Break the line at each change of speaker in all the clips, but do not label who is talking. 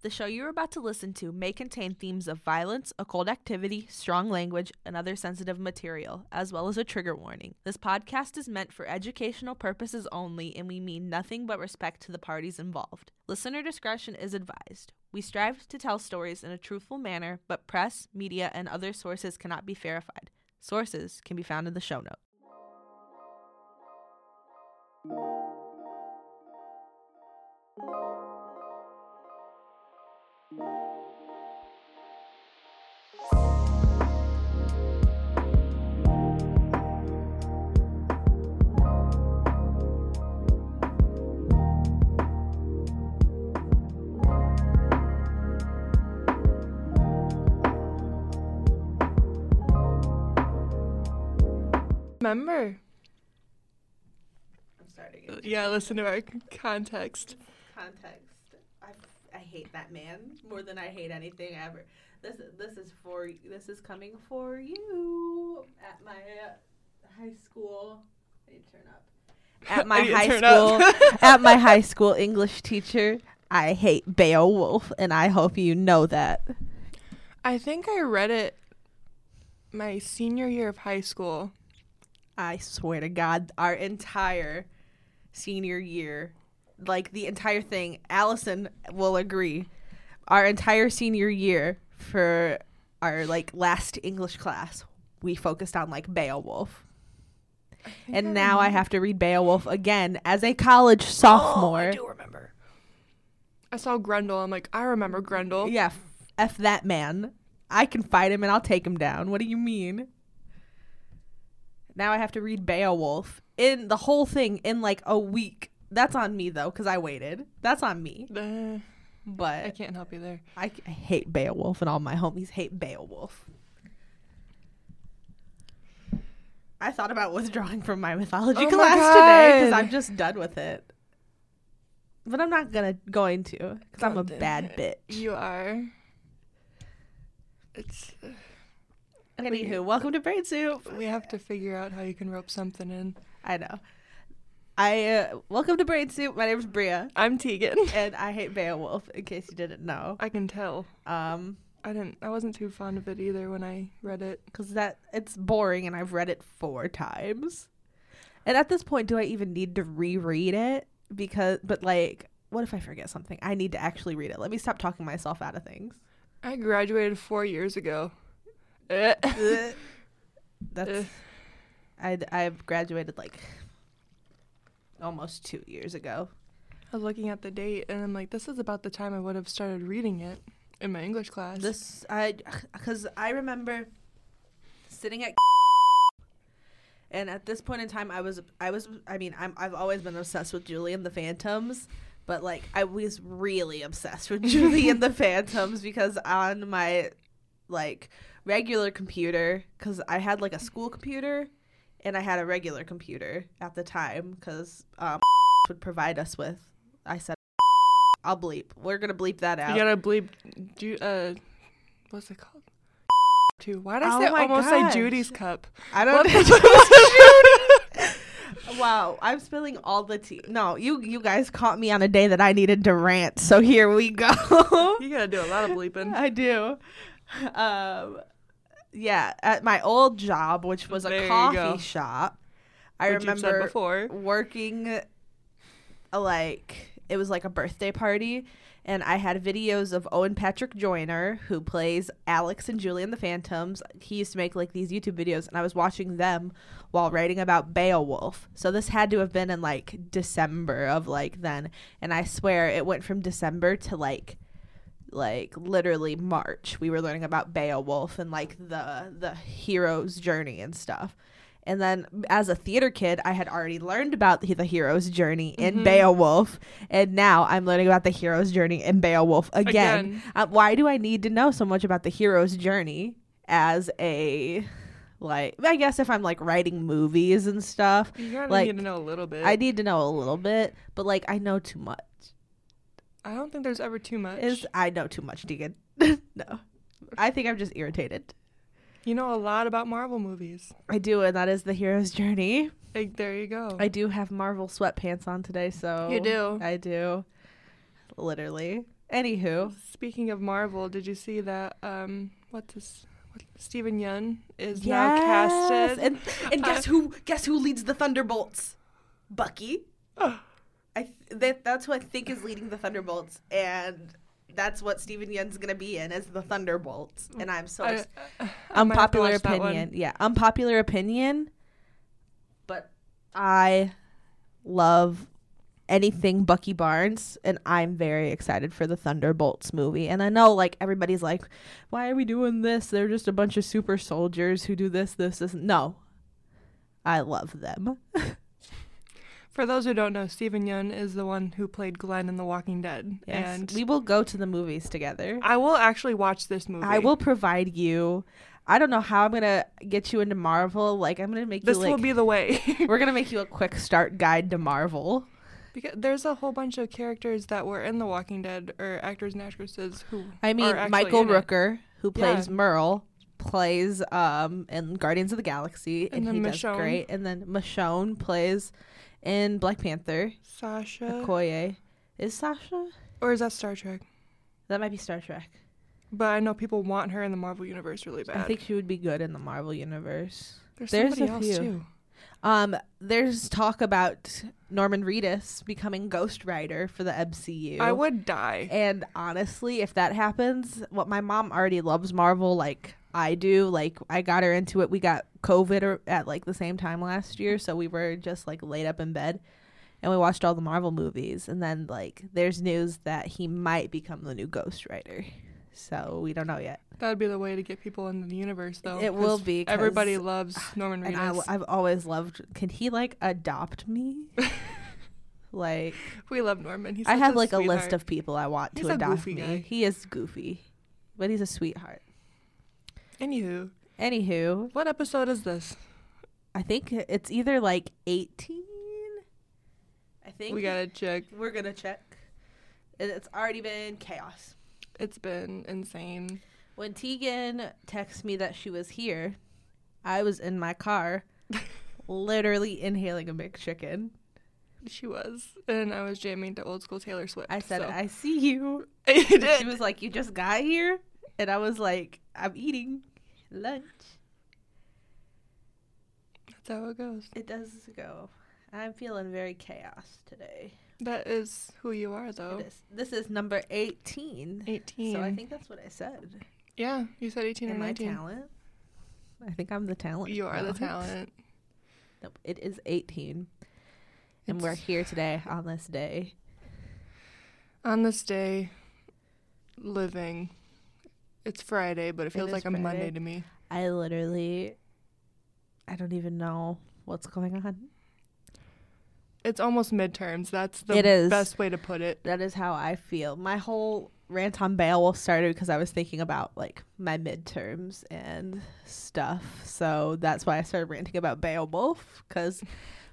The show you're about to listen to may contain themes of violence, occult activity, strong language, and other sensitive material, as well as a trigger warning. This podcast is meant for educational purposes only, and we mean nothing but respect to the parties involved. Listener discretion is advised. We strive to tell stories in a truthful manner, but press, media, and other sources cannot be verified. Sources can be found in the show notes.
Remember.
I'm starting it.
Yeah, listen to our c- context.
Context. I, I hate that man more than I hate anything ever. This this is for y- this is coming for you at my uh, high school. I need to turn up. At my
I need to
high
turn up.
school, at my high school English teacher, I hate Beowulf, and I hope you know that.
I think I read it my senior year of high school.
I swear to God, our entire senior year, like the entire thing, Allison will agree. Our entire senior year for our like last English class, we focused on like Beowulf. And now I have to read Beowulf again as a college sophomore.
remember. I saw Grundle. I'm like, I remember Grundle.
yeah, f-, f that man. I can fight him and I'll take him down. What do you mean? Now I have to read Beowulf in the whole thing in like a week. That's on me though, because I waited. That's on me.
Uh, I
But
can't help you there.
I, I hate Beowulf, and all my homies hate Beowulf. I thought about withdrawing from my mythology
Oh my
class today because
God.
I'm just done with it. But I'm not gonna going to because I'm a
Don't do
bad
it.
bitch.
You are. It's.
Anywho, welcome to Brain Soup.
We have to figure out how you can rope something in.
I know. I uh, welcome to Brain Soup. My name's Bria,
I'm Tegan.
and I hate Beowulf. In case you didn't know,
I can tell.
um,
I didn't. I wasn't too fond of it either when I read it.
because that it's boring, and I've read it four times. And at this point, do I even need to reread it? Because, but like, what if I forget something? I need to actually read it. Let me stop talking myself out of things.
I graduated four years ago. Eh.
Ugh. That's
Ugh.
I I graduated like almost two years ago.
I was looking at the date and I'm like, this is about the time I would have started reading it in my English class.
This I because I remember sitting at and at this point in time I was I was I mean I'm I've always been obsessed with Julie and the Phantoms but like I was really obsessed with Julie and the Phantoms because on my like regular computer cuz I had like a school computer and I had a regular computer at the time cuz um would provide us with I said I'll bleep. We're going to bleep that out.
you gotta bleep. Ju- uh, what's it called? Too. Why did I
Oh
say
my
almost
gosh.
say Judy's cup?
I don't
What
know.
the
Wow, I'm spilling all the tea. No, you you guys caught me on a day that I needed to rant, so here we go.
You gotta do a lot of bleeping.
I do. Um, yeah, at my old job, which was a
There you go.
coffee shop, I
which you've said
remember
before.
working uh, like it was like a birthday party and I had videos of Owen Patrick Joyner who plays Alex and Julian the Phantoms. He used to make like these YouTube videos and I was watching them while writing about Beowulf. So this had to have been in like December of like then and I swear it went from December to like like literally March. We were learning about Beowulf and like the the hero's journey and stuff. And then as a theater kid, I had already learned about the, the hero's journey in Beowulf, and now I'm learning about the hero's journey in Beowulf again.
Again.
Uh, why do I need to know so much about the hero's journey as a like I guess if I'm like writing movies and stuff,
You gotta
like,
need to know a little bit.
I
I,
need to know a little bit, but like I know too much.
don't think there's ever too much.
Is I know too much, Deegan. no. I think I'm just irritated.
you know a lot about Marvel movies.
I do, and that is the hero's journey.
Like, there you go.
I do have Marvel sweatpants on today, so
you do.
I do. Literally. Anywho,
Speaking of Marvel, did you see that? Um, what's this? What, Stephen Yun is now casted.
And and guess who? Guess who leads the Thunderbolts? Bucky. I th- that that's who I think is leading the Thunderbolts, and that's what Steven Yeun's gonna be in as the Thunderbolts. And I'm so
I-
ex-
I might have to
unpopular
watch that one.
opinion.
yeah, unpopular opinion, but I love anything Bucky Barnes, and I'm very excited for the Thunderbolts movie. And I know like everybody's like, why are we doing this? They're just a bunch of super soldiers who do this, this, this. No, I love them.
For those who don't know, Stephen Yun is the one who played Glenn in The Walking Dead.
Yes,
And
we will go to the movies together.
I will actually watch this movie.
I will provide you. I don't know how I'm gonna get you into Marvel. Like I'm gonna make
This
you like
will be the way.
we're gonna make you a quick start guide to Marvel.
because there's a whole bunch of characters that were in The Walking Dead or actors and actresses who
I mean,
are actually
Michael
in it.
Rooker, who plays
Yeah.
Merle, plays um in Guardians of the Galaxy, and,
And then
he does
Michonne.
great. And then Michonne plays in Black Panther.
Sasha.
Okoye is Sasha.
Or is that Star Trek?
That might be Star Trek.
But I know people want her in the Marvel universe really bad.
I think she would be good in the Marvel universe.
there's,
there's
somebody
a few.
else too.
Um, there's talk about Norman Reedus becoming Ghost Rider for the MCU.
I would die.
And honestly, if that happens, what my mom already loves Marvel like I do. Like I got her into it. We got COVID or, at like the same time last year, so we were just like laid up in bed and we watched all the Marvel movies and then like there's news that he might become the new Ghost Rider. So we don't know yet.
That would be the way to get people into the universe, though.
It will
'cause
be 'cause-
Everybody loves Norman
And I,
Reedus.
have always loved can he like adopt me? like
we love Norman. He's
I
such
have like a
sweetheart.
list of people I want
He's
to
a
adopt
goofy
me.
guy.
He is goofy, but he's a sweetheart.
Anywho,
Anywho,
what episode is this?
I think it's either like 18. I think
We gotta check.
we're going to check. And It's already been chaos.
It's been insane.
When Tegan texted me that she was here, I was in my car, literally inhaling a McChicken.
She was, and I was jamming to old school Taylor Swift.
I said,
so.
I see you.
You
And
did.
She was like, You just got here? And I was like, I'm eating lunch.
That's how it goes.
It does go. I'm feeling very chaos today.
That is who you are, though.
It is. This is number 18.
Oh. Eighteen.
So I think that's what I said.
Yeah, you said eighteen or
Am I
nineteen.
talent? I think I'm the talent.
You are the
now.
talent.
Nope, it is 18. And we're
It's-
here today on this day.
On this day, living. It's Friday, but it feels
is
like a
Friday.
Monday to me.
I literally, I don't even know what's going on.
It's almost midterms. That's the
It is.
best way to put it.
That is how I feel. My whole rant on Beowulf started because I was thinking about like my midterms and stuff. So that's why I started ranting about Beowulf because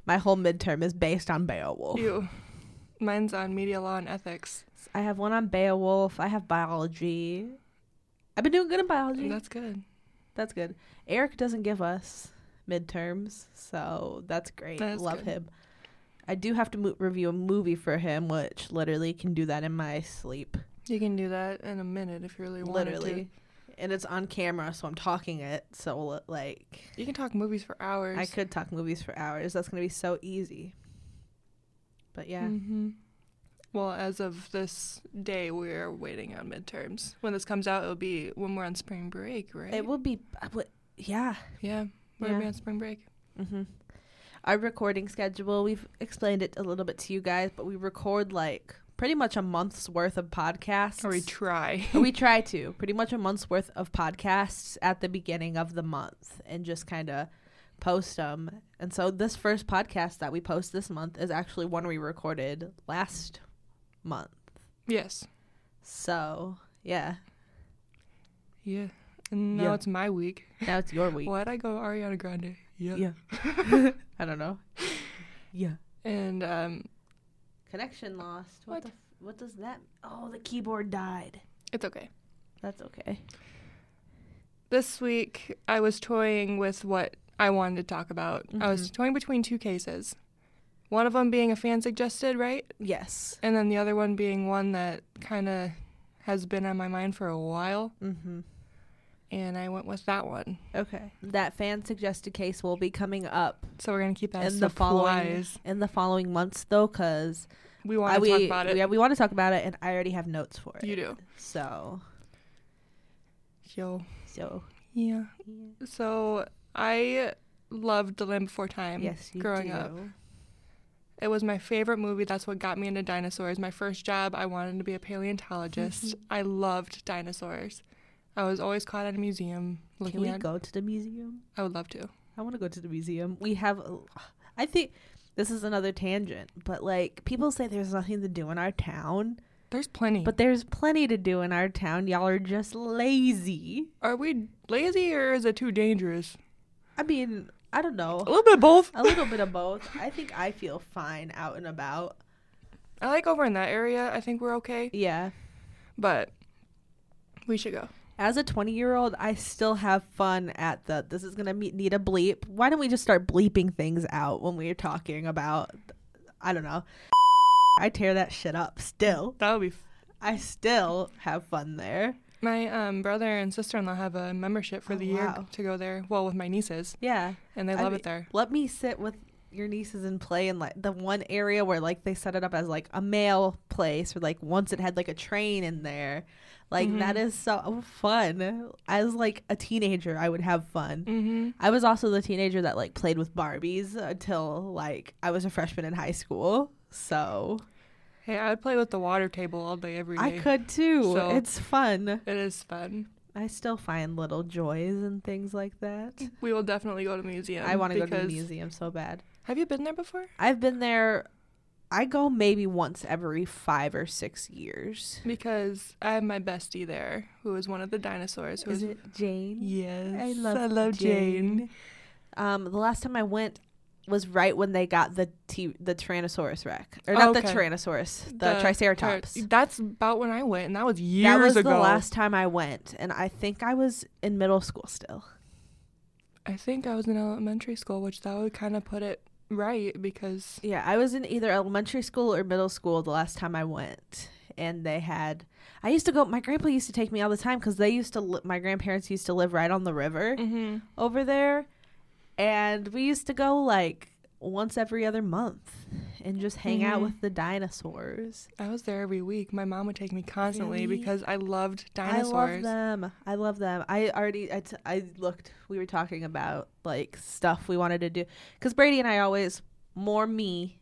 my whole midterm is based on Beowulf.
You. Mine's on media law and ethics.
I have one on Beowulf. I have biology. I've been doing good in biology.
And that's good.
That's good. Eric doesn't give us midterms, so that's great.
That's
Love
good.
him. I do have to mo- review a movie for him, which literally can do that in my sleep,
You can do that in a minute if you really want
literally. And it's on camera, so I'm talking it. So li- like,
to. You can talk movies for hours.
I could talk movies for hours. That's gonna be so easy. But yeah,
hmm Well, as of this day, we're waiting on midterms. When this comes out, it'll be when we're on spring break, right?
it will be. I would- Yeah.
Yeah, we're gonna be
Yeah.
on spring break.
Mm-hmm. Our recording schedule, we've explained it a little bit to you guys, but we record like pretty much a month's worth of podcasts.
Or we try.
we try to pretty much a month's worth of podcasts at the beginning of the month and just kind of post them and so this first podcast that we post this month is actually one we recorded last month
yes.
so yeah
Yeah. And now
Yeah.
it's my week.
now it's your week
Why'd I go Ariana Grande?
yeah i don't know yeah
And um,
connection lost what
What?
the f- what does that oh the keyboard died
it's okay.
that's okay
This week, I was toying with what I wanted to talk about. I was
Mm-hmm.
toying between two cases. One of them being a fan suggested, right?
yes
And then the other one being one that kind of has been on my mind for a while,
Mm-hmm.
and I went with that one.
Okay. That fan suggested case will be coming up
So we're gonna keep that
in the following
surprise.
in the following months though, because
We want to
we
talk about it.
yeah we want to talk about it, and I already have notes for it.
You do.
So
Yo.
so
Yeah. So I loved The Land Before Time.
yes, you
growing
do.
up. It was my favorite movie. That's what got me into dinosaurs. My first job, I wanted to be a paleontologist. I loved dinosaurs. I was always caught at a museum
Can
looking
we
at.
go to the museum?
I would love to.
I want to go to the museum. We have, I think this is another tangent, but like people say there's nothing to do in our town,
There's plenty.
but there's plenty to do in our town. Y'all are just lazy.
are we lazy or is it too dangerous?
I mean, I don't
A
know.
little bit of both.
A little bit of both. I think I feel fine out and about.
I like over in that area. I think we're okay,
Yeah.
but we should go.
As a 20 year old, I still have fun at the. This is going to need a bleep. Why don't we just start bleeping things out when we're talking about. I don't know. I tear that shit up still.
That would be. F-
I still have fun there.
my um, brother and sister in law have a membership for
Oh,
the year
wow.
to go there. Well, with my nieces,
Yeah.
and they
I
love
mean-
it there.
Let me sit with your nieces and play in like the one area where like they set it up as like a mail place or like once it had like a train in there. Like that is so fun. As like a teenager, I would have fun.
Mm-hmm.
I was also the teenager that like played with Barbies until like I was a freshman in high school. So
Hey, I would play with the water table all day every day.
I could too.
So-
it's fun.
It is fun.
I still find little joys and things like that.
We will definitely go to the museum.
I want to go to the
because-
museum so bad.
Have you been there before?
I've been there. I go maybe once every five or six years.
Because I have my bestie there, who is one of the dinosaurs. Who
Is
is
it Jane?
Yes,
I love
I love Jane.
Jane. Um, the last time I went was right when they got the t- the Tyrannosaurus Rex, or
Oh,
not the
okay.
Tyrannosaurus, the,
The
Triceratops.
Tar- That's about when I went, and that was years
that was
ago.
the last time I went, and I think I was in middle school still.
I think I was in elementary school, which that would kind of put it right because
Yeah, I was in either elementary school or middle school the last time I went. And they had, I used to go, my grandpa used to take me all the time because they used to, li- my grandparents used to live right on the river over there. And we used to go like once every other month and just hang out
Mhm.
with the dinosaurs.
I was there every week. My mom would take me constantly
Really?
because I loved
I love
dinosaurs.
them. I love them. I already, I, t- I looked, we were talking about like stuff we wanted to do. Because Brady and I always, more me,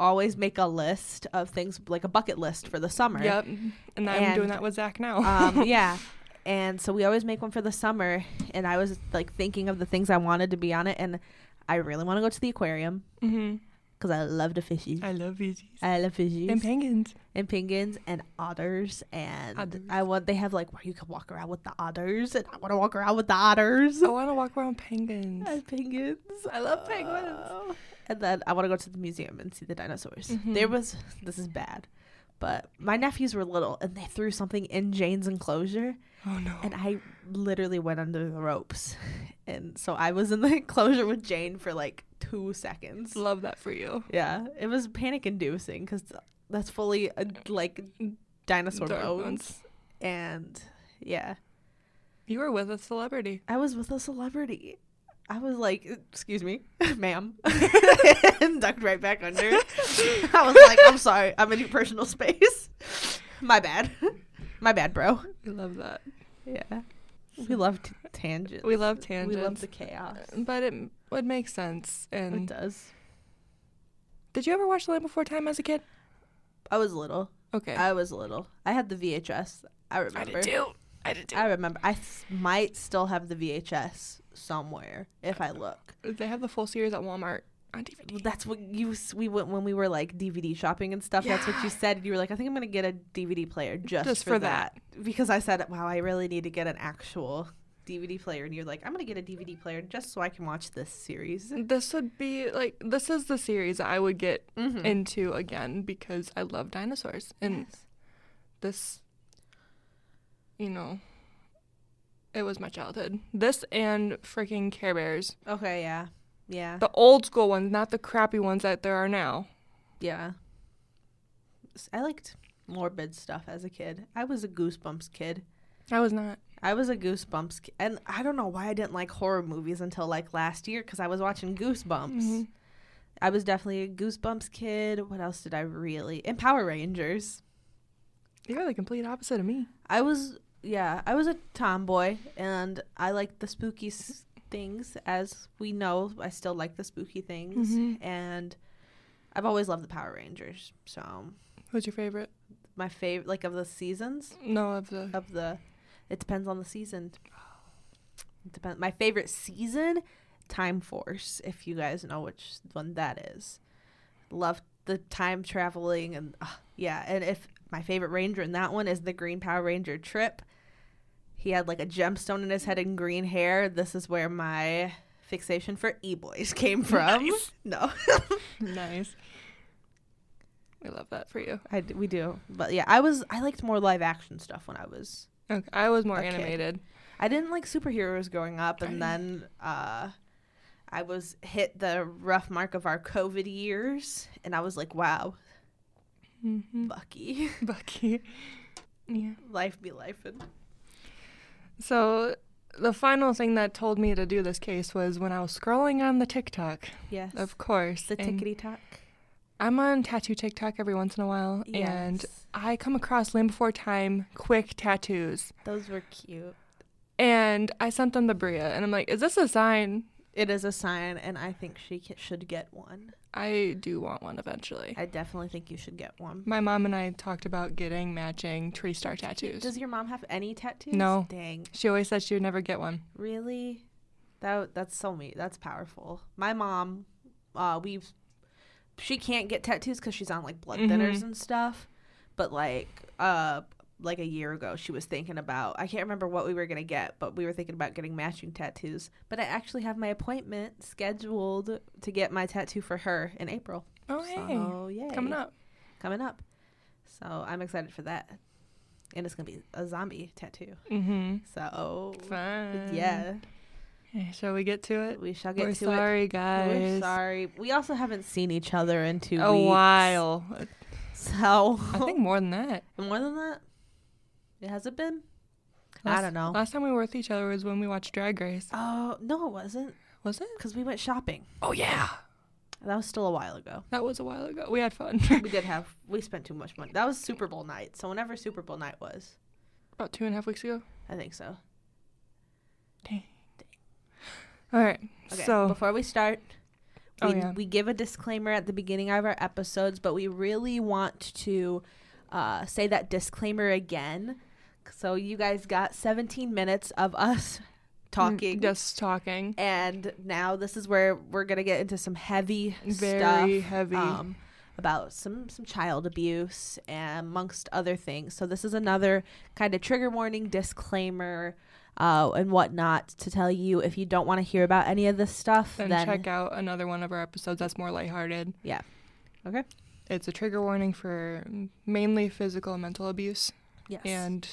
always make a list of things, like a bucket list for the summer.
Yep, and, I'm doing
And,
that with Zach now.
um, yeah. And so we always make one for the summer. And I was like thinking of the things I wanted to be on it. And I really want to go to the aquarium
hmm
because I love the fishies.
I love VGs
I love fishies
and penguins.
and penguins and otters and
Otters.
I want they have like where you can walk around with the otters and I want to walk around with the otters
I want to walk around penguins.
and penguins.
Oh, I love penguins.
Oh. And then I want to go to the museum and see the dinosaurs. There
Mhm.
was this is bad, but my nephews were little and they threw something in Jane's enclosure
Oh no.
and I literally went under the ropes. And so I was in the enclosure with Jane for like 2 seconds.
Love that for you.
Yeah, it was panic inducing because that's fully a, like dinosaur
Dark
bones.
ones.
And yeah,
You were with a celebrity.
I was with a celebrity. I was like, excuse me, ma'am, and ducked right back under. I was like, I'm sorry, I'm in your personal space. My bad. My bad, bro.
We love that.
Yeah. We love t- tangents.
We love tangents.
We love the chaos.
But it m- would make sense.
It
And
does.
did you ever watch The Land Before Time as a kid?
I was little.
Okay.
I was little. I had the VHS. I remember.
I did too. I did too.
I remember. I s- might still have the VHS somewhere if I look.
they have the full series at Walmart on DVD.
That's what you s- we went when we were like DVD shopping and stuff. That's what you said. You were like, I think I'm gonna get a DVD player just,
Just
for,
for
that. because I said, wow, I really need to get an actual DVD player, and you're like, I'm gonna get a DVD player just so I can watch this series.
This would be like this is the series I would get
Mm-hmm.
into again because I love dinosaurs and this you know it was my childhood. This and freaking Care Bears.
Okay. Yeah. Yeah.
The old school ones, not the crappy ones that there are now.
Yeah. S- I liked morbid stuff as a kid. I was a Goosebumps kid.
I was not.
I was a Goosebumps kid. And I don't know why I didn't like horror movies until like last year because I was watching Goosebumps.
Mhm.
I was definitely a Goosebumps kid. What else did I really? And Power Rangers.
You're the complete opposite of me.
I was, yeah, I was a tomboy and I liked the spooky s- things. As we know, I still like the spooky things.
Mhm.
And I've always loved the Power Rangers. So
Who's your favorite?
my favorite, like of the seasons,
No, of the.
of the, it depends on the season. It depends. My favorite season, Time Force, if you guys know which one that is. Love the time traveling and uh, yeah, and if my favorite ranger in that one is the Green Power Ranger Trip. He had like a gemstone in his head and green hair. This is where my fixation for e-boys came from.
Nice.
No.
nice. I love that for you.
I d- we do. But yeah, I was I liked more live action stuff when I was
Okay. I was more
Okay.
animated.
I didn't like superheroes growing up, and
Right.
then uh, I was hit the rough mark of our COVID years, and I was like, wow,
Mm-hmm.
lucky.
Bucky. Yeah.
life be life. And
So the final thing that told me to do this case was when I was scrolling on the TikTok,
yes,
of course.
the
and
tickety tock.
I'm on tattoo TikTok every once in a while, and
Yes.
I come across Land Before Time quick tattoos.
those were cute.
And I sent them to Bria, and I'm like, is this a sign?
It is a sign, and I think she ca- should get one.
I do want one eventually.
I definitely think you should get one.
My mom and I talked about getting matching tree star tattoos.
Does your mom have any tattoos?
No.
Dang.
She always said she would never get one.
Really? That that's so me. That's powerful. My mom, uh, we, she can't get tattoos because she's on like blood
Mhm.
thinners and stuff. But like, uh, like a year ago, she was thinking about. I can't remember what we were gonna get, but we were thinking about getting matching tattoos. But I actually have my appointment scheduled to get my tattoo for her in April.
Oh,
So yeah,
Coming up.
coming up. So I'm excited for that, and it's gonna be a zombie tattoo.
Mm-hmm.
So
Fun.
yeah.
Okay, Shall we get to it?
We shall get
We're
to it.
sorry, guys.
We're sorry. We also haven't seen each other in two
A
weeks.
while.
So
I think more than that.
more than that. It has it been? I
Last-
don't know.
Last time we were with each other was when we watched Drag Race.
Oh no, it wasn't.
Was it?
Because we went shopping.
Oh yeah,
That was still a while ago.
that was a while ago. We had fun.
We did have. We spent too much money. That was Super Bowl night. So whenever Super Bowl night was,
About two and a half weeks ago.
I think so.
Dang. All right. Mm,
Okay.
So
before we start, we,
Oh, yeah.
we give a disclaimer at the beginning of our episodes, but we really want to uh, say that disclaimer again. So you guys got 17 minutes of us talking.
Just talking.
And now this is where we're gonna get into some heavy
Very
stuff
heavy.
um, about some some child abuse and amongst other things. So this is another kind of trigger warning, disclaimer, uh, and whatnot to tell you if you don't want to hear about any of this stuff.
then,
Then,
check out another one of our episodes that's more lighthearted.
Yeah. Okay.
It's a trigger warning for mainly physical and mental abuse,
yes,
and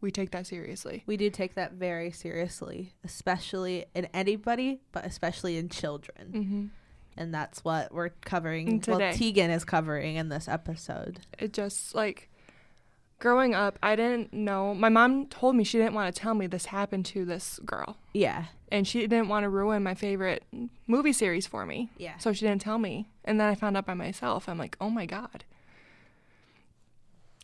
we take that seriously.
we do take that very seriously, especially in anybody, but especially in children.
Mm-hmm.
And that's what we're covering. Well,
Today.
Tegan is covering in this episode.
it just like growing up i didn't know my mom told me she didn't want to tell me this happened to this girl
Yeah.
and she didn't want to ruin my favorite movie series for me
Yeah.
so she didn't tell me and then i found out by myself i'm like oh my god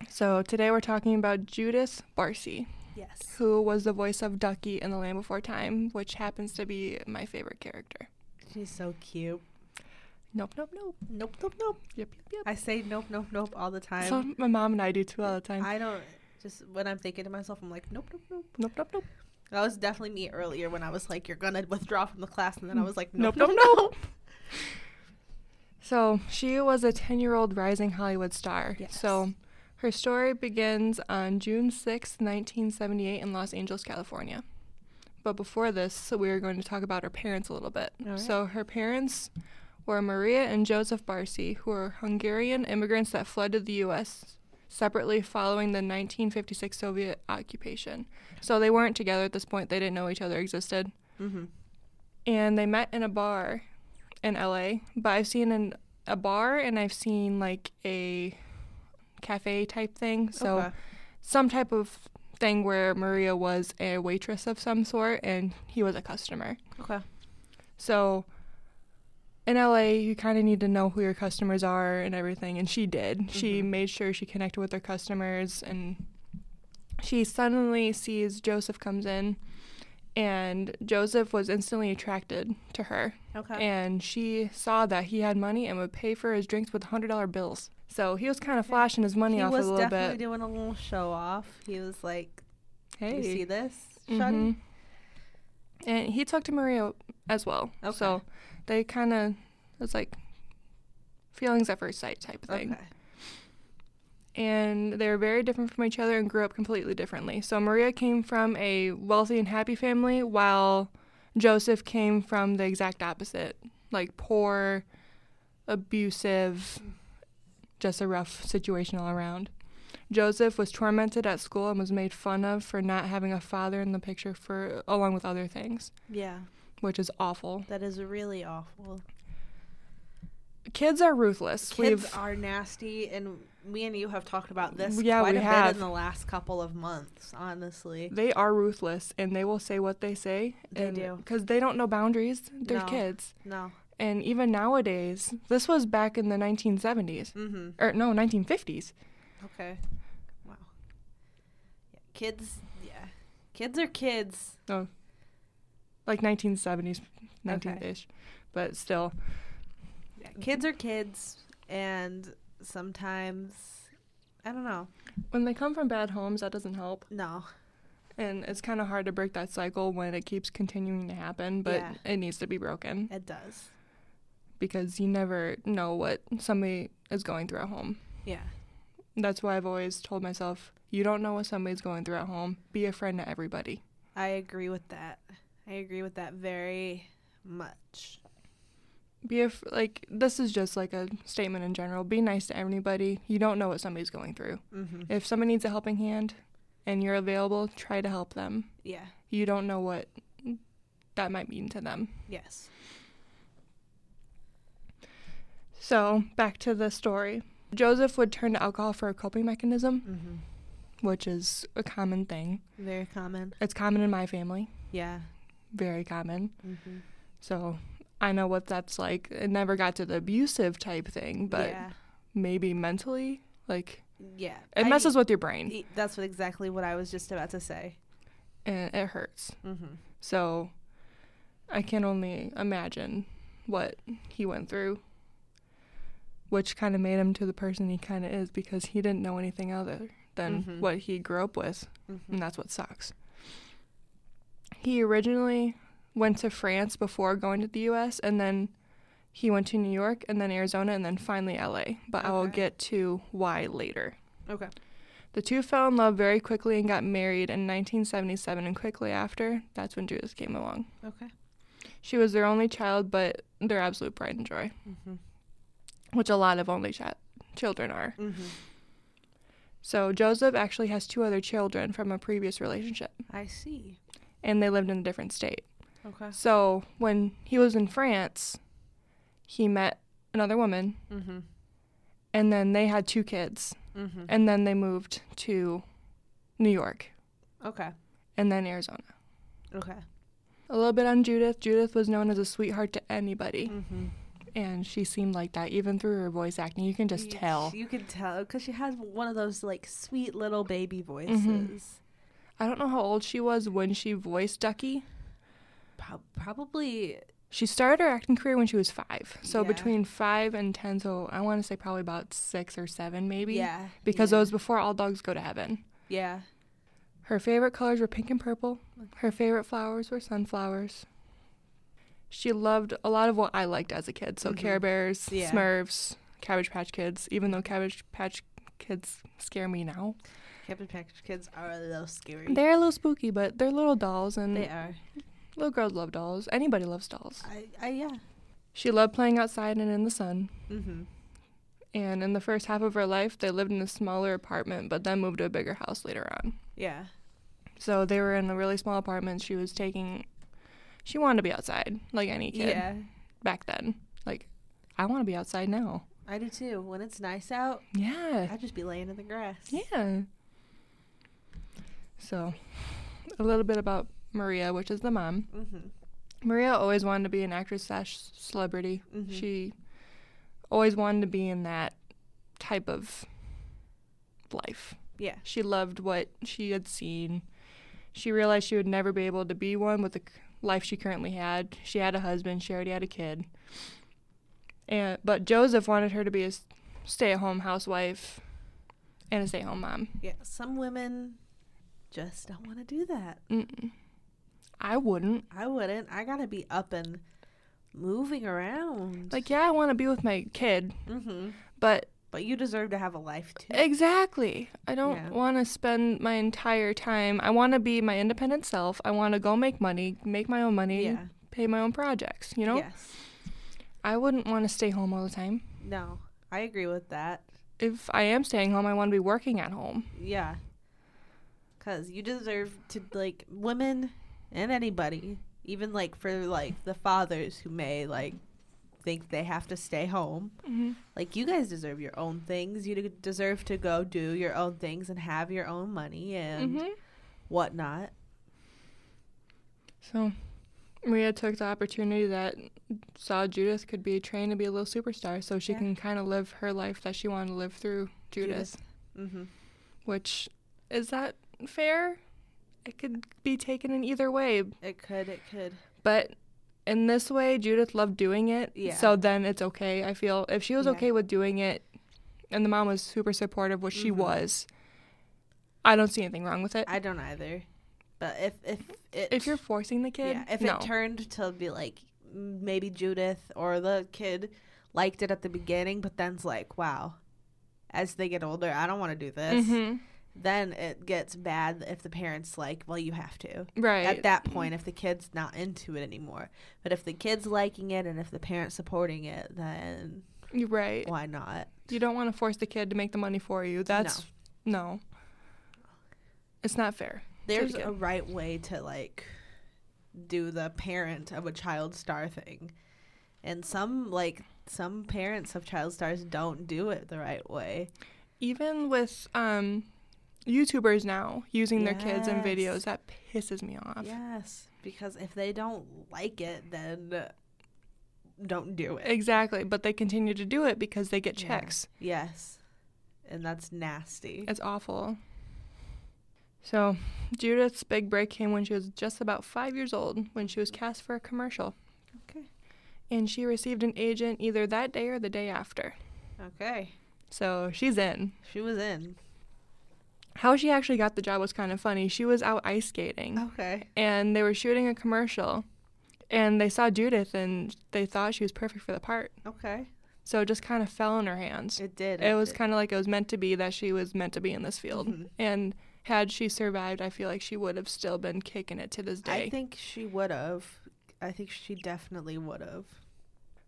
so today we're talking about judith barcy
Yes.
who was the voice of ducky in the land before time which happens to be my favorite character
She's so cute.
nope nope nope
Nope, nope, nope.
yep yep yep
I say nope, nope, nope all the time.
so my mom and i do too all the time
I don't just when I'm thinking to myself, I'm like nope, nope, nope.
nope nope nope
That was definitely me earlier when I was like, "You're gonna withdraw from the class," and then I was like, "Nope,
Nope,
nope,
nope,
nope."
So she was a 10 year old rising Hollywood star.
Yes.
So her story begins on June sixth, 1978, in Los Angeles, California. But before this, so we were going to talk about her parents a little bit.
All right.
So her parents were Maria and Joseph Barcy, who were Hungarian immigrants that fled to the U.S. separately following the 1956 Soviet occupation. So they weren't together at this point, they didn't know each other existed
Mm-hmm.
and they met in a bar in LA. But I've seen in a bar and I've seen like a cafe type thing. So
Okay.
some type of thing where Maria was a waitress of some sort and he was a customer.
Okay.
So in LA, you kind of need to know who your customers are and everything. And she did. She made sure she connected with her customers. And she suddenly sees Joseph comes in. And Joseph was instantly attracted to her.
Okay.
And she saw that he had money and would pay for his drinks with $100 bills. So he was kind of flashing his money
he
off a
was
little
definitely
bit.
doing a little show off. He was like,
hey,
"You see this,
Mhm.
Shawty?"
And he talked to Maria as well.
Okay.
So they kind of, it's like feelings at first sight type of thing.
Okay.
And they were very different from each other and grew up completely differently. So Maria came from a wealthy and happy family, while Joseph came from the exact opposite like poor, abusive, just a rough situation all around. Joseph was tormented at school and was made fun of for not having a father in the picture for along with other things,
Yeah,
which is awful.
that is really awful.
Kids are ruthless.
Kids are nasty, and me and you have talked about this
Yeah,
quite
we
a bit
have.
in the last couple of months. Honestly,
they are ruthless and they will say what they say.
They do.
Because they don't know boundaries. They're
No.
kids.
no.
And even nowadays, this was back in the 1970s.
Mm-hmm.
Or no, 1950s.
Okay. Wow. Yeah, kids. Yeah, kids are kids.
Like 1970s, 19 ish. But still,
Yeah, kids are kids, and sometimes I don't know.
when they come from bad homes, that doesn't help.
No.
And it's kind of hard to break that cycle when it keeps continuing to happen, but
Yeah.
it needs to be broken
It does.
because you never know what somebody is going through at home.
Yeah.
That's why I've always told myself, you don't know what somebody's going through at home. Be a friend to everybody.
I agree with that. I agree with that very much.
Be a f- like this is just like a statement in general. Be nice to everybody. You don't know what somebody's going through.
Mm-hmm.
If somebody needs a helping hand and you're available, try to help them.
Yeah.
You don't know what that might mean to them.
Yes.
So, back to the story. Joseph would turn to alcohol for a coping mechanism,
Mm-hmm.
which is a common thing.
Very common.
It's common in my family,
Yeah.
very common.
Mm-hmm.
So, I know what that's like. It never got to the abusive type thing, but
yeah,
maybe mentally, like
yeah.
it
I-
messes with your brain.
e- that's what exactly what I was just about to say.
and it hurts.
Mm-hmm.
So I can only imagine what he went through, which kind of made him to the person he kind of is because he didn't know anything other than
Mhm.
what he grew up with,
Mm-hmm.
and that's what sucks. He originally went to France before going to the US, and then he went to New York, and then Arizona, and then finally LA. But I will
Okay.
get to why later.
Okay.
The two fell in love very quickly and got married in 1977, and quickly after, that's when Judith came along.
Okay.
She was their only child, but their absolute pride and joy,
Mm-hmm.
which a lot of only chi- children are.
Mm-hmm.
So Joseph actually has two other children from a previous relationship,
I see.
and they lived in a different state.
Okay.
So when he was in France, he met another woman,
Mm-hmm.
and then they had two kids,
Mm-hmm.
and then they moved to New York,
Okay.
and then Arizona.
Okay.
A little bit on Judith. Judith was known as a sweetheart to anybody,
Mm-hmm.
and she seemed like that even through her voice acting. You can just tell.
You can tell because she has one of those like sweet little baby voices.
Mm-hmm. I don't know how old she was when she voiced Ducky.
Prob- probably.
She started her acting career when she was five. So
Yeah.
between five and ten, so I want to say probably about six or seven, maybe.
Yeah.
Because
yeah.
it was before All Dogs Go to Heaven.
Yeah.
Her favorite colors were pink and purple. Her favorite flowers were sunflowers. She loved a lot of what I liked as a kid. So
Mhm.
Care Bears,
Yeah.
Smurfs, Cabbage Patch Kids, even though Cabbage Patch Kids scare me now.
Captain Package kids are a little scary.
They're a little spooky, but they're little dolls and
They are.
little girls love dolls. Anybody loves dolls.
I. I yeah.
She loved playing outside and in the sun.
Mm-hmm.
And in the first half of her life, they lived in a smaller apartment, but then moved to a bigger house later on.
Yeah.
So they were in a really small apartment. She was taking, she wanted to be outside, like any kid
Yeah.
back then. Like, I want to be outside now.
I do too. When it's nice out,
Yeah.
I'd just be laying in the grass.
Yeah. So, a little bit about Maria, which is the mom.
Mm-hmm.
Maria always wanted to be an actress slash celebrity.
Mhm.
She always wanted to be in that type of life.
Yeah.
She loved what she had seen. She realized she would never be able to be one with the c- life she currently had. She had a husband, she already had a kid. And but Joseph wanted her to be a s- stay-at-home housewife and a stay-at-home mom.
Yeah. Some women just don't want to do that.
Mm-mm. I wouldn't.
I wouldn't. I gotta be up and moving around.
Like yeah, I want to be with my kid,
mm-hmm.
but
But you deserve to have a life too.
Eh, exactly. I don't
Yeah.
want to spend my entire time. I want to be my independent self. I want to go make money, make my own money,
Yeah.
pay my own projects, you know?
Yes.
I wouldn't want to stay home all the time.
No. I agree with that.
If I am staying home, I want to be working at home.
Yeah. Cause you deserve to like women and anybody, even like for like the fathers who may like think they have to stay home.
Mm-hmm.
Like you guys deserve your own things. You de- deserve to go do your own things and have your own money and
Mhm.
whatnot.
So, Maria took the opportunity that saw Judith could be trained to be a little superstar, so she
Yeah.
can kind of live her life that she wanted to live through Judith.
Judith. Mm-hmm.
Which is that fair? It could be taken in either way,
It could. It could.
but in this way, Judith loved doing it.
Yeah.
So then it's okay. I feel if she was
Yeah.
okay with doing it, and the mom was super supportive, which she
Mhm.
was. I don't see anything wrong with it.
I don't either. But if if it,
if you're forcing the kid,
yeah, if
no.
it turned to be like mm, maybe Judith or the kid liked it at the beginning, but then's like, wow, as they get older, I don't want to do this.
Mhm.
Then it gets bad if the parents like, well, you have to.
right
At that point, if the kid's not into it anymore, but if the kid's liking it and if the parents supporting it, then
You're right.
why not?
You don't want to force the kid to make the money for you. That's no. It's not fair.
There's
kid.
a right way to like do the parent of a child star thing. And some like some parents of child stars don't do it the right way.
Even with um, YouTubers now using their kids in
Yes.
videos, that pisses me off.
Yes, because if they don't like it then don't do it.
Exactly, but they continue to do it because they get
Yeah.
checks.
Yes. And that's nasty.
It's awful. So, Judith's big break came when she was just about five years old when she was cast for a commercial.
Okay.
And she received an agent either that day or the day after.
Okay.
So, she's in.
She was in.
How she actually got the job was kind of funny. She was out ice
Oh.
skating
Okay.
and they were shooting a commercial and they saw Judith and they thought she was perfect for the part.
Okay.
So, it just kind of fell in her hands.
It did.
it Mm-hmm. was
did.
kind of like it was meant to be that she was meant to be in this field.
Mhm.
And had she survived, I feel like she would have still been kicking it to this day.
I think she would have. I think she definitely would have.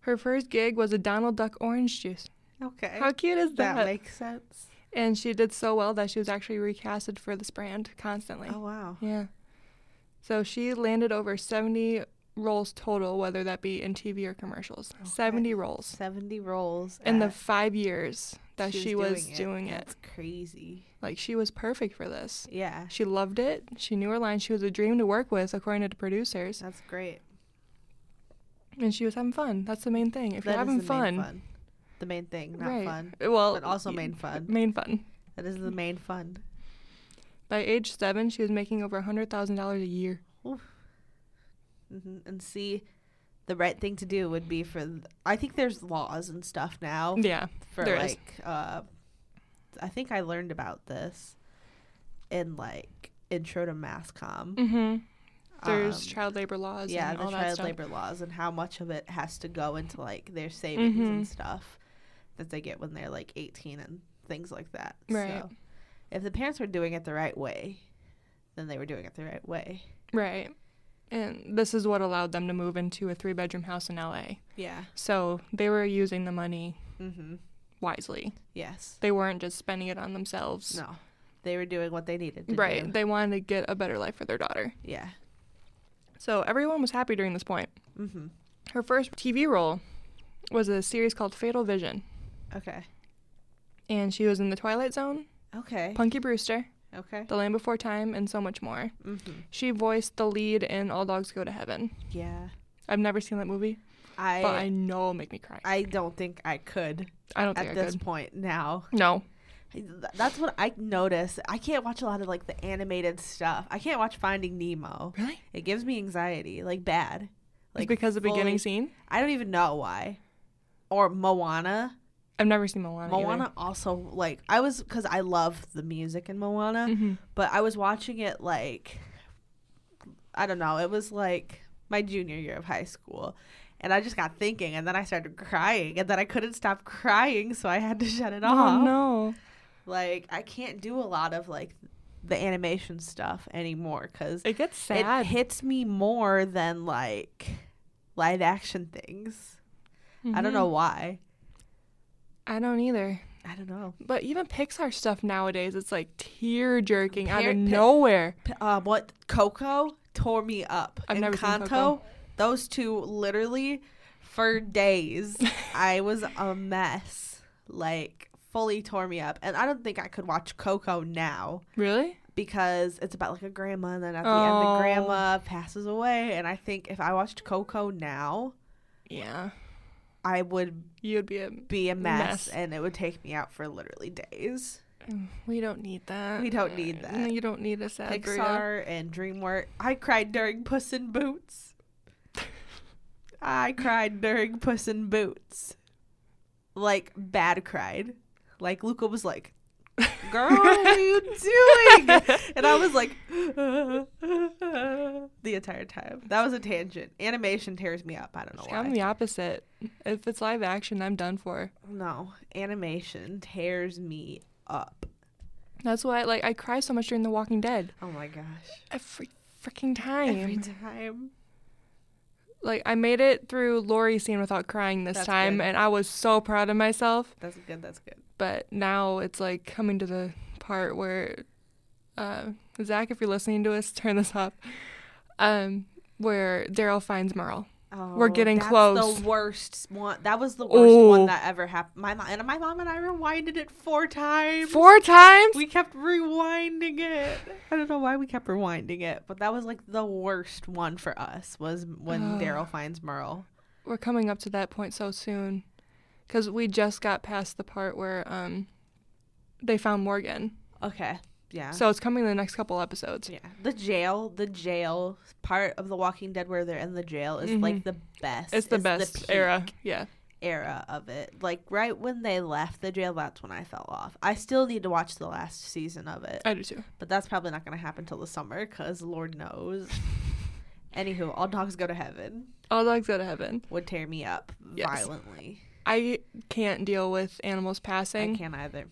Her first gig was a Donald Duck orange juice.
Okay.
How cute is that?
that makes sense.
and she did so well that she was actually recasted for this brand constantly.
Oh wow.
Yeah. So she landed over 70 roles total, whether that be in TV or commercials. 70 roles
70 rolls
in the
at-
five years that
she's
she was doing, it.
That's crazy.
Like, she was perfect for this.
Yeah.
She loved it. She knew her line. She was a dream to work with, according to the producers.
That's great.
And she was having fun. That's the main thing. If
That
you're
is
having
the main
fun,
fun. The main thing, not
right?
fun.
Well,
But also
y-
main fun.
Main fun.
That is the main fun.
By age seven, she was making over a hundred thousand dollars a year.
hmm And see, the right thing to do would be for. th- I think there's laws and stuff now
Yeah,
for
there is.
like. Uh, I think I learned about this in like intro to mass com.
hmm There's
Um,
child labor laws.
yeah,
and
the
all that
child
stuff.
labor laws and how much of it has to go into like their savings
Mhm.
and stuff that they get when they're like 18 and things like that.
Right.
So if the parents were doing it the right way, then they were doing it the right way.
Right. And this is what allowed them to move into a three-bedroom house in L.A.
Yeah.
So they were using the money
Mm-hmm.
wisely.
Yes.
They weren't just spending it on themselves.
No. They were doing what they needed to
Right.
do.
They wanted to get a better life for their daughter.
Yeah.
So everyone was happy during this point.
Mm-hmm.
Her first TV role was a series called Fatal Vision.
Okay.
and she was in The Twilight Zone,
Okay.
Punky Brewster,
Okay.
The Land Before Time, and so much more.
Mm-hmm.
She voiced the lead in All Dogs Go to Heaven.
Yeah.
I've never seen that movie,
I,
but I know it'll make me cry. I,
I don't think I could
don't think
at
I
this
could.
point now.
No.
Th- That's what I notice. I can't watch a lot of like the animated stuff. I can't watch Finding Nemo.
Really?
It gives me anxiety, like bad. Like
Like because the beginning
fully-
scene?
I don't even know why. Or Moana.
I've never seen Moana.
Moana also like I was because I love the music in Moana,
hmm
but I was watching it like I don't know. It was like my junior year of high school, and I just got thinking, and then I started crying, and then I couldn't stop crying, so I had to shut it
Oh
off.
no.
Like I can't do a lot of like the animation stuff anymore because
It gets
it
sad.
hits me more than like live action things. I don't
Mhm.
know why.
I don't either.
I don't know.
But even Pixar stuff nowadays, it's like tear jerking out
Par-
of
pi-
nowhere.
P- um, what Coco tore me up.
I've
and
never seen
Kanto,
Coco.
those two literally for days. I was a mess. Like fully tore me up, and I don't think I could watch Coco now
Really?
because it's about like a grandma, and then at the end
Oh.
the grandma passes away. And I think if I watched Coco now,
Yeah.
I would
You'd be a.
be a mess,
Mess.
and it would take me out for literally days.
We don't need that.
We don't need that.
No, you don't need a sad burrito.
Pixar and DreamWorks. I cried during Puss in Boots. I cried during Puss in Boots. Like bad cried. Like Luca was like, "Girl, what are you doing?" And I was like, the entire time. That was a tangent. Animation tears me up. I don't know
See,
why.
I'm the opposite. If it's live action, I'm done for.
no, animation tears me up.
That's why, like, I cry so much during The Walking Dead
Oh my gosh.
every freaking time.
Every time.
like, I made it through Lori's scene without crying this
That's
time,
good.
and I was so proud of myself.
That's good. That's good.
But now it's like coming to the part where, uh, Zach, if you're listening to us, turn this up. Um, where Daryl finds Merle. We're
Oh,
getting
that's
close.
The worst one. That was the worst
Oh.
one that ever happened. My mom and my mom and I rewinded it four times.
Four times?
We kept rewinding it. I don't know why we kept rewinding it, but that was like the worst one for us. Was when
Ugh.
Daryl finds Merle.
We're coming up to that point so soon. Because we just got past the part where um, they found Morgan.
Okay. Yeah.
So it's coming in the next couple episodes.
yeah. The jail, the jail part of The Walking Dead where they're in the jail is like
Mhm.
Mm-hmm. the best.
It's the best
peak
era. Yeah.
era of it. Like right when they left the jail, that's when I fell off. I still need to watch the last season of it.
I do too.
But that's probably not going to happen till the summer because Lord knows. Anywho, All Dogs Go to Heaven
All dogs go to heaven.
would tear me up
Yes.
violently.
I can't deal with animals
I
passing.
can't either.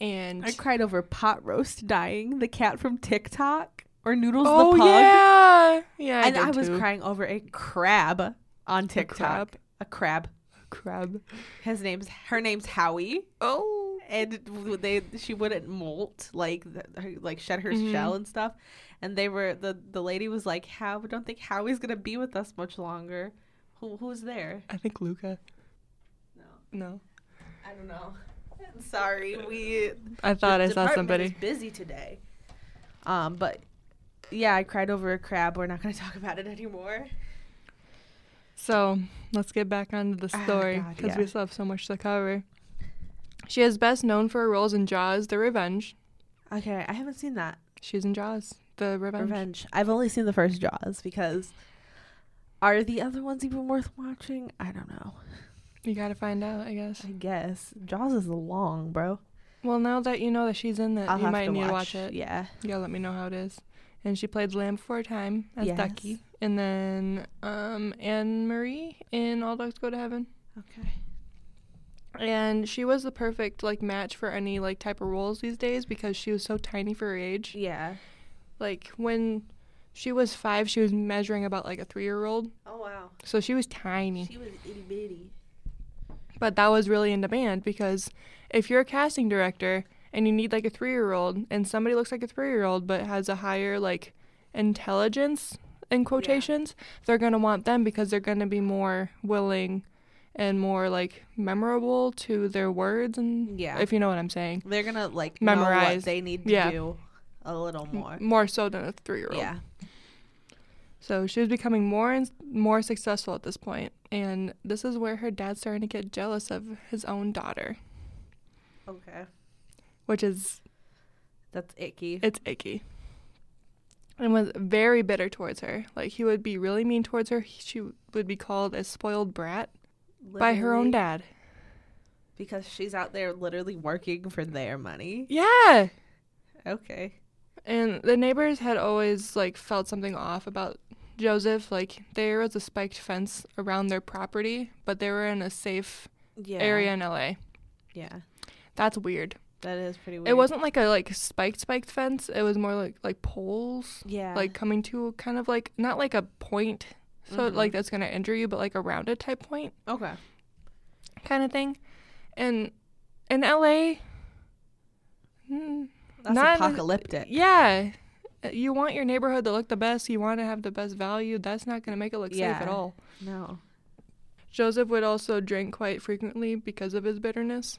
And
I cried over Pot Roast dying, the cat from TikTok, or Noodles
oh
the pug.
yeah, yeah.
and I
did
was
too.
crying over a crab on TikTok.
crab?
A crab.
Crab.
His name's her name's Howie,
Oh.
and they she wouldn't molt like th- her, like shed her
Mhm.
shell and stuff. And they were the the lady was like, "How don't think Howie's gonna be with us much longer." Who who's there?
I think Luca.
No,
No.
I don't know. Sorry, we
I thought
the
I saw
department
somebody.
is busy today. Um, but yeah, I cried over a crab. We're not gonna talk about it anymore.
So let's get back onto the
Ah,
story
God,
because
yeah.
we still have so much to cover. She is best known for her roles in Jaws: The Revenge.
Okay, I haven't seen that
She's in Jaws: The Revenge.
Revenge. I've only seen the first Jaws because are the other ones even worth watching? I don't know.
You gotta find out, I guess.
I guess Jaws is long, bro.
Well, now that you know that she's in that,
I'll
you
have
might
to
need
watch.
to watch it.
Yeah,
Yeah, let me know how it is. And she played Lamb for a time as
Yes.
Ducky. And then um, Anne Marie in All Dogs Go to Heaven.
Okay.
And she was the perfect like match for any like type of roles these days because she was so tiny for her age.
yeah.
Like when she was five, she was measuring about like a three year old.
Oh wow,
So she was tiny.
she was itty bitty.
But that was really in demand because if you're a casting director and you need like a three year old and somebody looks like a three year old but has a higher like intelligence in quotations, they're gonna want them because they're gonna be more willing and more like memorable to their words and
Yeah.
if you know what I'm saying.
They're gonna like know what
Memorize.
they need to
Yeah.
do a little more.
More so than a three year old.
Yeah.
So she was becoming more and more successful at this point, and this is where her dad's starting to get jealous of his own daughter,
Okay.
which is
That's icky.
it's icky. And was very bitter towards her. Like he would be really mean towards her. He- She would be called a spoiled brat by her
Literally,
own dad.
because she's out there literally working for their money.
Yeah.
Okay.
Ah! And the neighbors had always like felt something off about Joseph. Like there was a spiked fence around their property, but they were in a safe
Yeah.
area in LA.
Yeah.
That's weird.
That is pretty weird.
It wasn't like a like spiked spiked fence. It was more like like poles,
Yeah.
like coming to kind of like not like a point, so
Mhm.
like that's gonna injure you, but like a rounded type point
okay.
kind of thing. And in LA, mm,
That's
Not-
apocalyptic.
yeah, you want your neighborhood to look the best. You want to have the best value. That's not gonna make it look safe at
Yeah.
all.
No.
Joseph would also drink quite frequently because of his bitterness.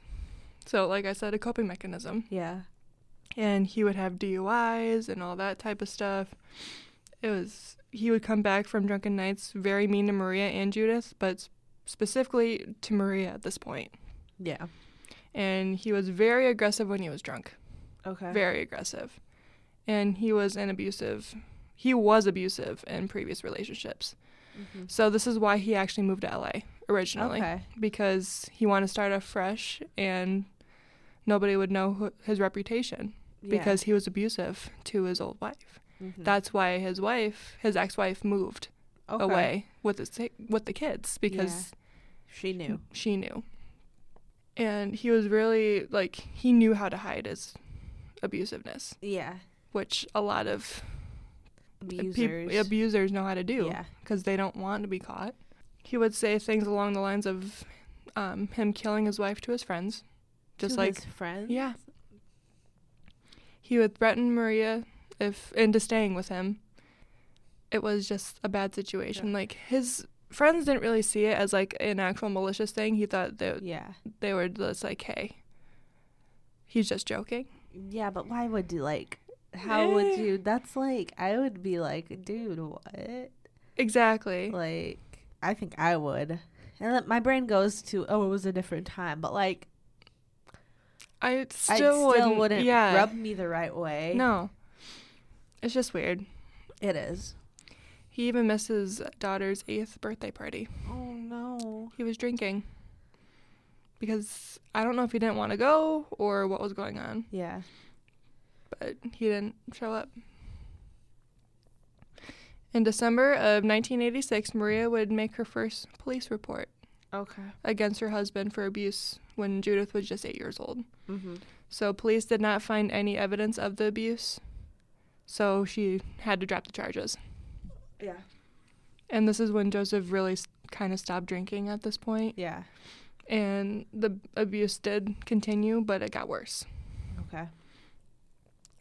So, like I said, a coping mechanism.
Yeah.
and he would have DUIs and all that type of stuff. It was he would come back from drunken nights very mean to Maria and Judas, but s- specifically to Maria at this point.
Yeah.
And he was very aggressive when he was drunk,
Okay.
very aggressive. And he was an abusive. He was abusive in previous relationships.
Mhm.
So this is why he actually moved to LA originally
Okay.
because he wanted to start off fresh and nobody would know who, his reputation
Yeah.
because he was abusive to his old wife.
Mhm.
That's why his wife, his ex-wife, moved
Okay.
away with the si- with the kids because
She knew.
she knew. And he was really like he knew how to hide his abusiveness,
Yeah.
which a lot of peop-
Abusers.
abusers know how to do
Yeah.
because they don't want to be caught. He would say things along the lines of um, him killing his wife to his friends, just
To
like
his friends.
yeah. He would threaten Maria if into staying with him. It was just a bad situation. Like his friends didn't really see it as like an actual malicious thing. He thought that
Yeah.
they were just like, "Hey, he's just joking."
Yeah, but why would you like? How would
Eh.
you? That's like I would be like, dude, what?
Exactly.
Like I think I would, and then my brain goes to, oh, it was a different time. But like,
I
I
still,
still wouldn't,
yeah.
rub me the right way.
No. It's just weird.
it is.
He even missed his daughter's eighth birthday party.
Oh no.
He was drinking. Because I don't know if he didn't want to go or what was going on.
Yeah.
but he didn't show up. In December of 1986, Maria would make her first police report
Okay.
against her husband for abuse when Judith was just eight years old.
Mm-hmm.
So, police did not find any evidence of the abuse, so she had to drop the charges.
Yeah.
And this is when Joseph really kind of stopped drinking at this point,
Yeah.
and the abuse did continue, but it got worse.
Okay.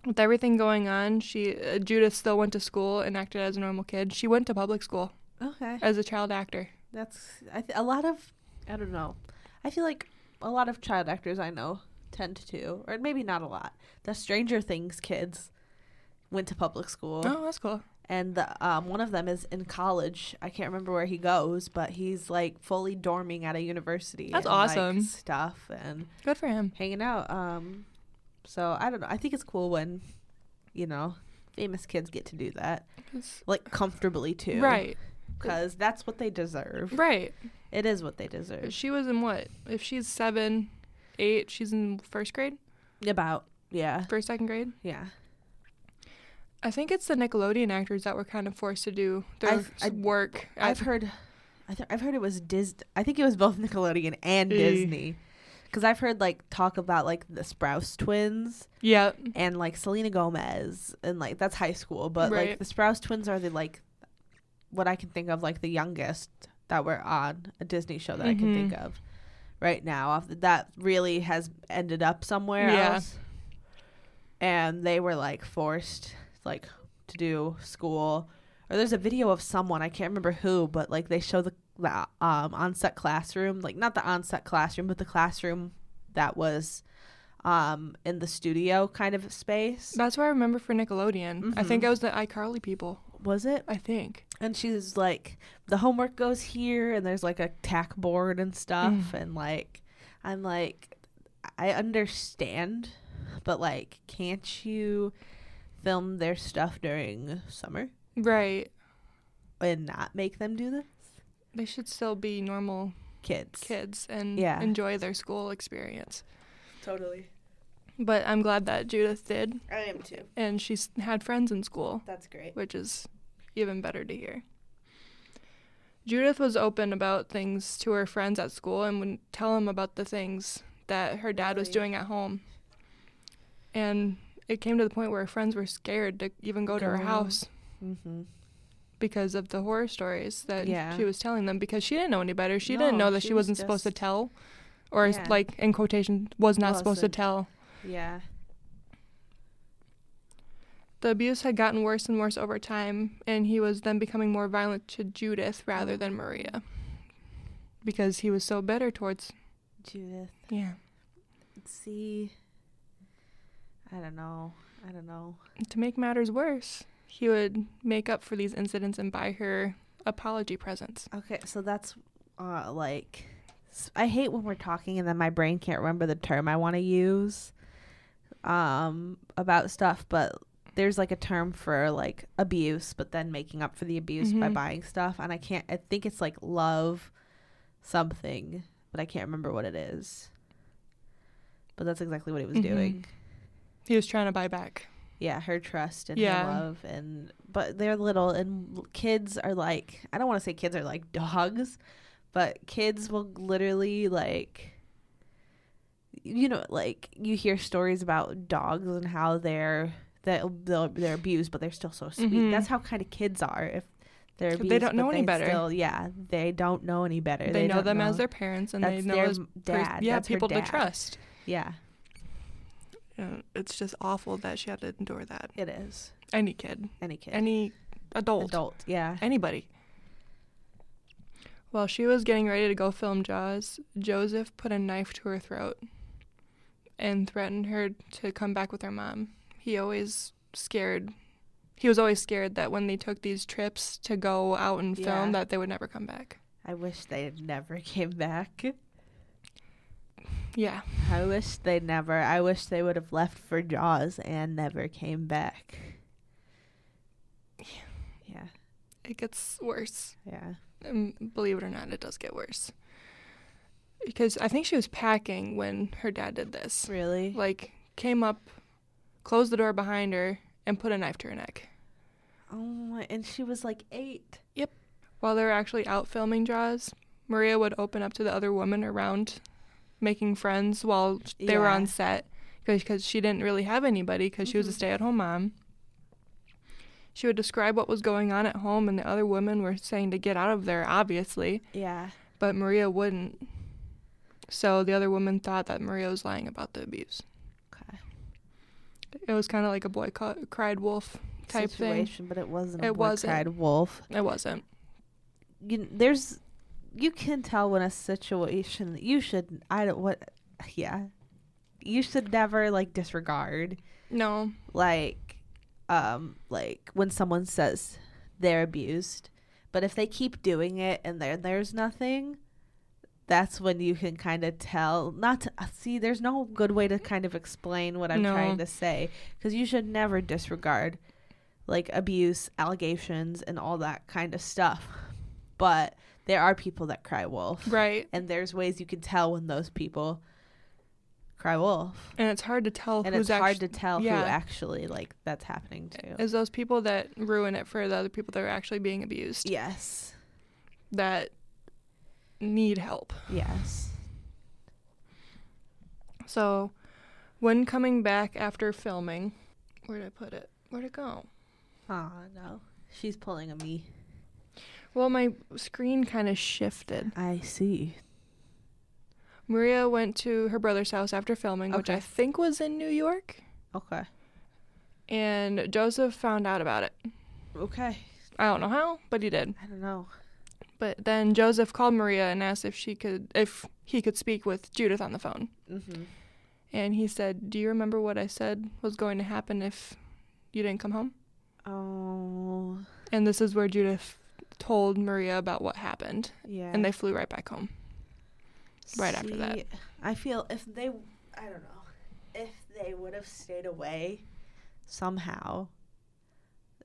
with everything going on, she uh, Judith still went to school and acted as a normal kid. She went to public school
Okay.
as a child actor.
That's I th- a lot of. I don't know. I feel like a lot of child actors I know tend to, or maybe not a lot. The Stranger Things kids went to public school.
Oh, that's cool.
and the um, one of them is in college. I can't remember where he goes, but he's like fully dorming at a university.
That's
and, like,
awesome.
stuff and
Good for him.
hanging out. Um, so I don't know. I think it's cool when you know famous kids get to do that like comfortably too,
Right,
Because that's what they deserve.
right.
It is what they deserve.
She was in what? If she's seven, eight, she's in first grade,
About yeah,
first second grade.
yeah.
I think it's the Nickelodeon actors that were kind of forced to do their
I've-
s-
I-
work. at-
I've heard, I th- I've heard it was Dis. I think it was both Nickelodeon and
Eh.
Disney. Because I've heard like talk about like the Sprouse twins.
yeah,
and like Selena Gomez and like that's high school, but
Right.
like the Sprouse twins are the like what I can think of like the youngest that were on a Disney show that I can think
Mm-hmm.
of right now. Off the, that really has ended up somewhere
Yeah.
else, and they were like forced like to do school. Or there's a video of someone I can't remember who, but like they show the the um, on-set classroom, like not the on-set classroom, but the classroom that was um, in the studio kind of space.
That's what I remember for Nickelodeon. I think
Mhm.
I was the iCarly people.
Was it?
I think.
And she's like, the homework goes here, and there's like a tack board and stuff,
Mm.
and like, I'm like, I understand, but like, can't you film their stuff during summer
Right.
and not make them do this?
They should still be normal
Kids.
kids and
Yeah.
enjoy their school experience.
Totally.
But I'm glad that Judith did,
I am too.
and she's had friends in school,
That's great.
which is even better to hear. Judith was open about things to her friends at school and would tell them about the things that her dad was
Really?
doing at home. And it came to the point where her friends were scared to even go to her
Go.
house
Mm-hmm.
because of the horror stories that
Yeah.
she was telling them because she didn't know any better. She didn't
No,
know that
she
she,
was
wasn't supposed to
just-
tell or s
Yeah.
like in quotation was not supposed to
Wasn't.
tell.
Yeah.
The abuse had gotten worse and worse over time and he was then becoming more violent to Judith rather than Maria because he was so bitter towards
Judith,
yeah.
see, I don't know. I don't know.
To make matters worse, he would make up for these incidents and buy her apology presents.
Okay, so that's uh, like s- I hate when we're talking and then my brain can't remember the term I want to use um about stuff, but there's like a term for like abuse, but then making up for the abuse by
Mhm.
buying stuff, and I can't. I think it's like love something, but I can't remember what it is. But that's exactly what he was
Mhm.
doing.
He was trying to buy back.
Yeah, her trust and
Yeah.
her love, and but they're little, and l- kids are like I don't want to say kids are like dogs, but kids will literally like, you know, like you hear stories about dogs and how they're that they'll- they're abused, but they're still so sweet.
Mhm.
That's how kind of kids are if they're
'Cause
abused.
they
but
don't know any
they
better.
Still, yeah, they don't know any better.
They, know
don't
them as their parents and
That's
they know
their
as
m-
pers-
dad.
yeah,
That's her
people to
dad.
trust.
Yeah,
Yeah, it's just awful that she had to endure that.
it is
Any kid,
any kid,
any adult,
adult. Yeah.
anybody. While she was getting ready to go film Jaws, Joseph put a knife to her throat and threatened her to come back with her mom. He always scared. He was always scared that when they took these trips to go out and film
Yeah.
that they would never come back.
I wish they never came back.
Yeah.
I wish they never. I wish they would have left for Jaws and never came back. Yeah,
It gets worse.
yeah.
And Um, believe it or not, it does get worse. Because I think she was packing when her dad did this.
Really?
Like, came up, closed the door behind her, and put a knife to her neck.
Oh my! And she was like eight.
While they were actually out filming Jaws, Maria would open up to the other women around, making friends while they were
Yeah.
on set, because she didn't really have anybody, because she was a
Mhm.
stay at home mom. She would describe what was going on at home, and the other women were saying to get out of there, obviously.
Yeah.
but Maria wouldn't. So the other woman thought that Maria was lying about the abuse.
Okay.
It was kind of like a boy ca- cried wolf type
Situation, but it wasn't. A
It
boy
wasn't.
Cried wolf.
thing. It wasn't.
You, there's, you can tell when a situation. You should. I don't. What? Yeah. You should never like disregard.
No.
like um like when someone says they're abused but if they keep doing it and there there's nothing that's when you can kind of tell not to, uh, see there's no good way to kind of explain what i'm
No.
trying to say because you should never disregard like abuse allegations and all that kind of stuff but there are people that cry wolf
Right.
and there's ways you can tell when those people cry wolf
And it's hard to tell
and
who's
it's hard
actually
to tell
yeah.
who actually like that's happening to.
is those people that ruin it for the other people that are actually being abused
yes,
that need help.
yes,
So when coming back after filming, where did I put it? Where'd it go?
oh no, she's pulling a me.
Well, my screen kind of shifted.
I see.
Maria went to her brother's house after filming, which
Okay.
I think was in New York,
Okay,
and Joseph found out about it.
okay.
I don't know how, but he did.
I don't know.
But then Joseph called Maria and asked if she could if he could speak with Judith on the phone.
Mm-hmm.
And he said, "Do you remember what I said was going to happen if you didn't come home?"
Oh,
And this is where Judith told Maria about what happened,
yeah.
and they flew right back home. right after that.
See, I feel if they, I don't know, if they would have stayed away somehow,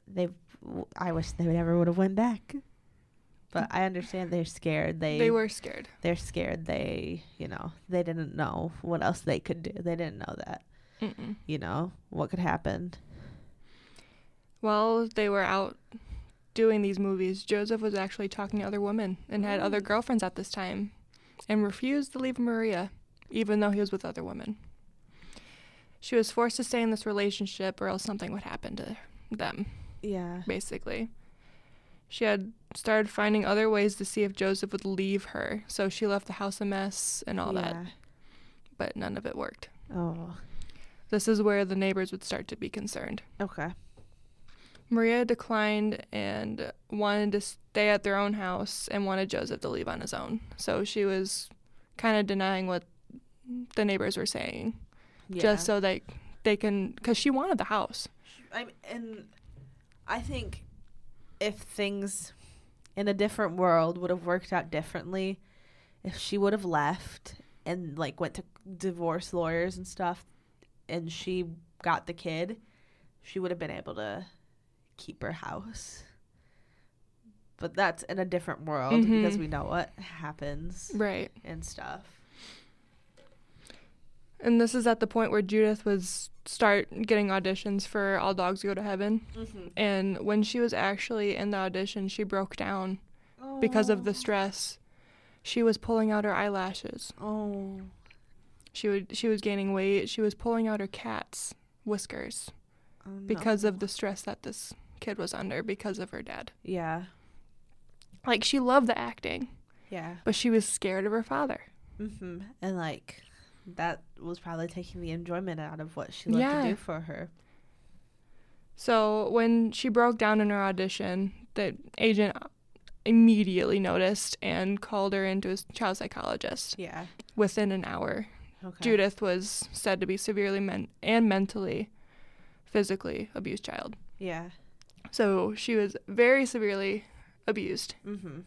they, I wish they never would have went back. But I understand they're scared. They
They were scared.
they're scared. They you know they didn't know what else they could do. They didn't know that
Mm-mm.
you know what could happen.
While they were out doing these movies, Joseph was actually talking to other women and had other girlfriends at this time and refused to leave Maria, even though he was with other women. She was forced to stay in this relationship or else something would happen to them,
Yeah.
basically. She had started finding other ways to see if Joseph would leave her, so she left the house a mess and all that, but none of it worked.
Oh.
This is where the neighbors would start to be concerned.
Okay.
Maria declined and wanted to stay at their own house and wanted Joseph to leave on his own. So she was kind of denying what the neighbors were saying
Yeah.
just so they they can cuz she wanted the house.
I and I think if things in a different world would have worked out differently, if she would have left and like went to divorce lawyers and stuff, and she got the kid, she would have been able to keep her house. But that's in a different world
Mhm.
because we know what happens
Right.
and stuff.
And this is at the point where Judith was start getting auditions for All Dogs Go to Heaven. And when she was actually in the audition, she broke down because of the stress. She was pulling out her eyelashes.
Oh,
She would she was gaining weight. She was pulling out her cat's whiskers
oh no.
because of the stress that this kid was under because of her dad.
yeah,
Like she loved the acting,
yeah.
but she was scared of her father.
Mm-hmm. And like that was probably taking the enjoyment out of what she loved to
Yeah.
do for her.
So when she broke down in her audition, the agent immediately noticed and called her into his child psychologist.
Yeah.
Within an hour,
Okay.
Judith was said to be severely men- and mentally, physically abused child.
Yeah.
So she was very severely abused.
Mm-hmm.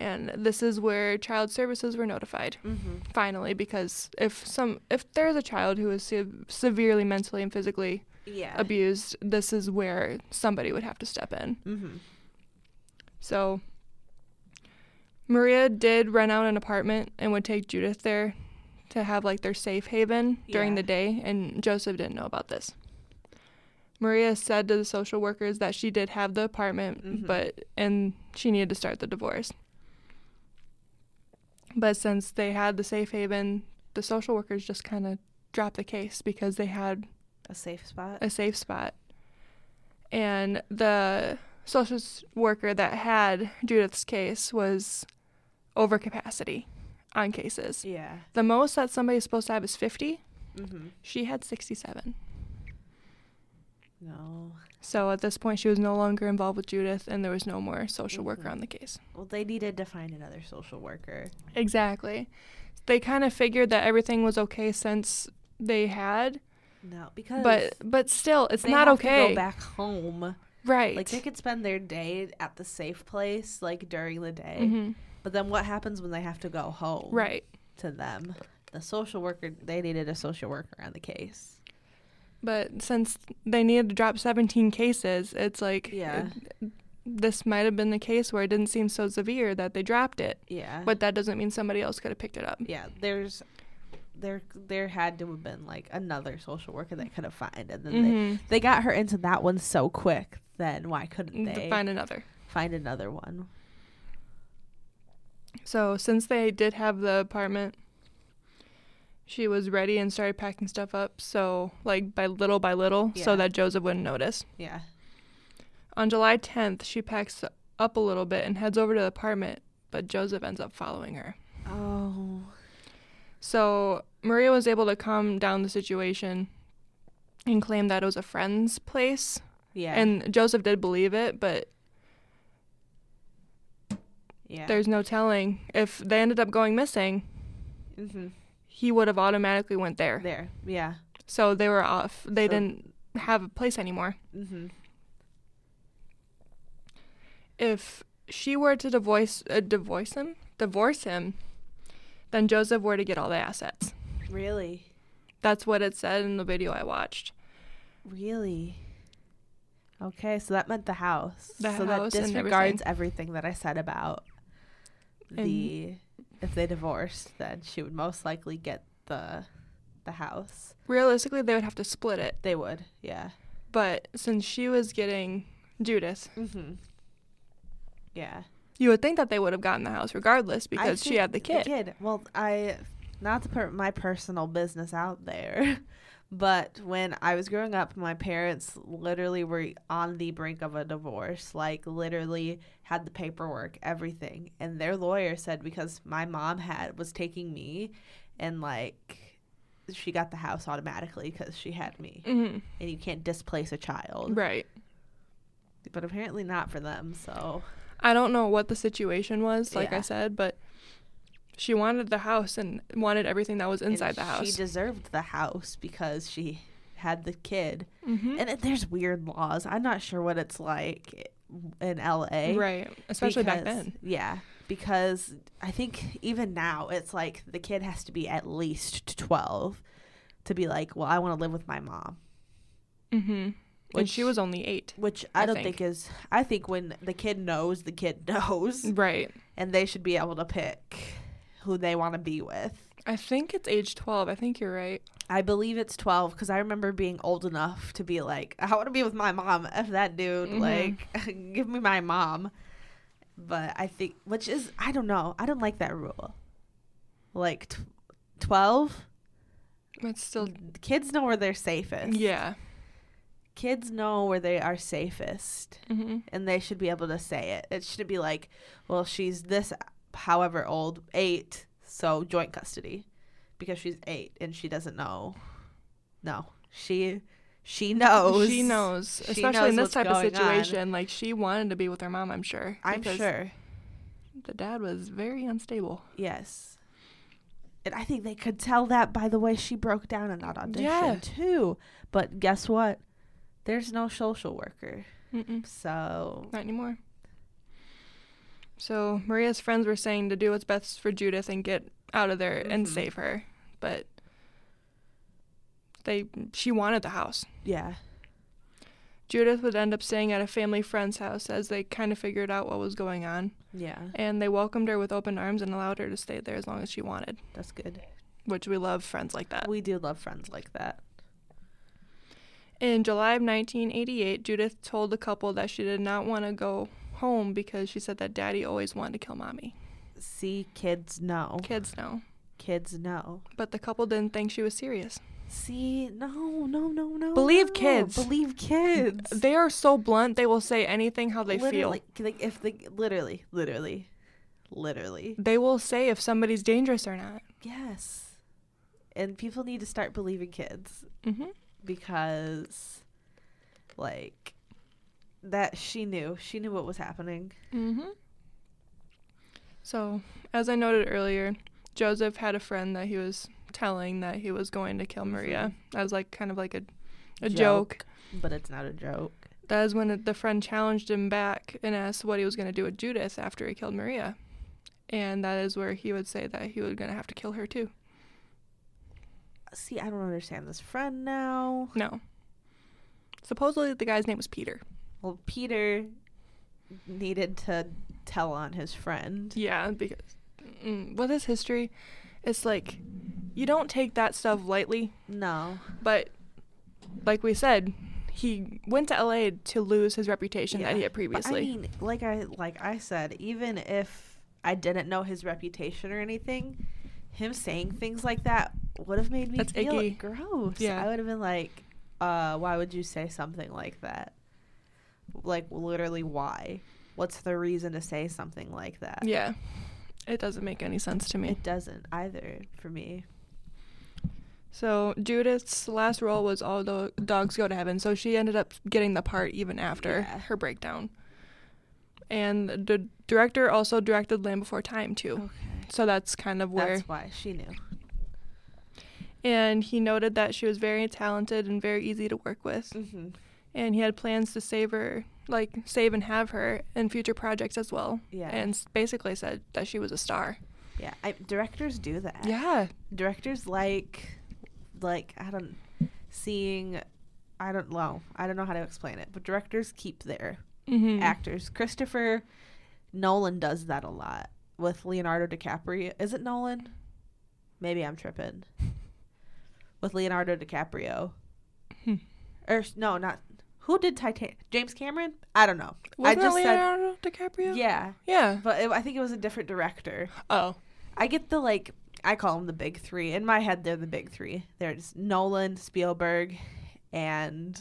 and this is where child services were notified
Mm-hmm.
finally because if some if there's a child who is se- severely mentally and physically
Yeah.
abused this is where somebody would have to step in
mm-hmm.
so maria did rent out an apartment and would take judith there to have like their safe haven during
Yeah.
the day and joseph didn't know about this maria said to the social workers that she did have the apartment
Mhm.
but and she needed to start the divorce but since they had the safe haven the social workers just kind of dropped the case because they had
A safe spot.
a safe spot. And the social s- worker that had Judith's case was overcapacity on cases.
yeah.
The most that somebody's supposed to have is 50.
Mm-hmm.
She had 67.
No.
So at this point, she was no longer involved with Judith, and there was no more social worker
Mhm.
on the case.
Well, they needed to find another social worker.
Exactly. They kind of figured that everything was okay since they had,
No, because
but but still, it's
they
not
have to
okay.
go back home.
Right.
Like they could spend their day at the safe place, like during the day.
Mhm.
But then what happens when they have to go home?
Right.
To them, the social worker they needed a social worker on the case.
But since they needed to drop 17 cases, it's like
Yeah.
it- this might have been the case where it didn't seem so severe that they dropped it.
Yeah.
But that doesn't mean somebody else could have picked it up.
yeah there's there there had to have been like another social worker they could have found and then they,
Mhm.
they got her into that one so quick then why couldn't
Mm-hmm. Mm, To
they find,
Find another.
another one
So since they did have the apartment, she was ready and started packing stuff up. So like by little by little,
Yeah.
so that Joseph wouldn't notice.
yeah
On July 10th, she packs up a little bit and heads over to the apartment, but Joseph ends up following her.
oh
So Maria was able to calm down the situation and claim that it was a friend's place.
yeah
And Joseph did believe it, but
Yeah.
There's no telling if they ended up going missing.
hmm
He would have automatically went there.
There. Yeah.
So they were off. They
So-
didn't have a place anymore.
hmm
If she were to divorce uh, divorce him, divorce him, then Joseph were to get all the assets.
Really.
That's what it said in the video I watched.
Really. Okay, so that meant the house.
The
so
house
that
and
disregards everything that I said about the if they divorced, then she would most likely get the the house.
Realistically, they would have to split it.
They would, yeah.
But since she was getting Judas,
Mm-hmm. Yeah.
you would think that they would have gotten the house regardless
I
because she
think
had the kid.
Well, I not to put my personal business out there, but when I was growing up, my parents literally were on the brink of a divorce. Like literally had the paperwork, everything, and their lawyer said because my mom had was taking me, and like she got the house automatically because she had me,
hmm
and you can't displace a child.
Right.
But apparently not for them. So
I don't know what the situation was, like I
Yeah.
said, but she wanted the house and wanted everything that was
and
inside the house.
she deserved the house because she had the kid.
hmm
And it- there's weird laws. I'm not sure what it's like in LA.
Right. Especially back
because-
then.
Yeah. Because I think even now it's like the kid has to be at least 12 to be like, well, I want to live with my mom.
hmm When she
Which-
was only eight.
Which I,
I
don't
think.
think. is. I think when the kid knows, the kid knows.
Right.
And they should be able to pick who they want to be with.
I think it's age 12. I think you're right.
I believe it's 12 because I remember being old enough to be like, I want to be with my mom. F that dude.
Mhm.
Like, give me my mom. But I think, which is, I don't know. I don't like that rule. Like, t- 12,
It's still.
kids know where they're safest.
Mm-hmm. Yeah.
Kids know where they are safest
hmm
and they should be able to say it. It shouldn't be like, well, she's this however old, eight, so joint custody because she's eight and she doesn't know. No, she she knows.
She knows,
Oh, She
especially in
knows what's
this type of
going on.
situation. Like she wanted to be with her mom, I'm sure.
I'm
because
sure.
The dad was very unstable.
Yes. And I think they could tell that by the way she broke down in that audition
Yeah.
too. But guess what? There's no social worker.
Mm-mm,
So
not anymore. So Maria's friends were saying to do what's best for Judith and get out of there and
Mhm.
save her, but they she wanted the house.
yeah.
Judith would end up staying at a family friend's house as they kind of figured out what was going on,
Yeah.
and they welcomed her with open arms and allowed her to stay there as long as she wanted,
That's good.
which we love friends like that.
We do love friends like that.
In July of 1988, Judith told the couple that she did not want to go home because she said that daddy always wanted to kill mommy.
See kids know.
Kids know.
Kids know.
But the couple didn't think she was serious.
See, no, no, no, no.
Believe
no.
kids.
Believe kids.
They are so blunt, they will say anything how they
literally,
feel.
Like if they literally, literally, literally.
They will say if somebody's dangerous or not.
Yes. And people need to start believing kids
hmm
because, like, that she knew. She knew what was happening.
hmm So, as I noted earlier, Joseph had a friend that he was telling that he was going to kill Maria. That was like kind of like a, a Mm-hmm. joke.
But it's not a joke.
That is when it- the friend challenged him back and asked what he was going to do with Judith after he killed Maria. And that is where he would say that he was going to have to kill her too.
See, I don't understand this friend now.
No. Supposedly the guy's name was Peter.
Well, Peter needed to tell on his friend.
Yeah, because mm, with his history, it's like you don't take that stuff lightly,
No.
but like we said, he went to LA to lose his reputation that
Yeah.
he had
But,
previously.
I mean, like I like I said, even if I didn't know his reputation or anything, him saying things like that would have made me
That's
feel
icky.
gross.
Yeah.
I would have been like, uh, why would you say something like that? Like literally why? What's the reason to say something like that?
yeah. It doesn't make any sense to me.
It doesn't either for me.
So Judith's last role was all the dogs go to heaven. So she ended up getting the part even after
Yeah.
her breakdown. And the director also directed Land Before Time too. So that's kind of where
That's why she knew.
and he noted that she was very talented and very easy to work with.
Mm-hmm.
and he had plans to save her like save and have her in future projects as well
Yeah.
and s- basically said that she was a star
Yeah, I, directors do that.
yeah
directors like, like I don't seeing, I don't know, I don't know how to explain it, but directors keep their
mm-hmm.
actors. Christopher Nolan does that a lot with Leonardo DiCaprio. Is it Nolan? Maybe I'm tripping. With Leonardo DiCaprio.
Hmm.
Or s- no, not who did Titanic? James Cameron? I don't know.
wasn't
I just
it
said
Leonardo DiCaprio
yeah,
yeah
but it, I think it was a different director.
oh
I get the like I call them the big three. In my head, they're the big three. There's Nolan, Spielberg, and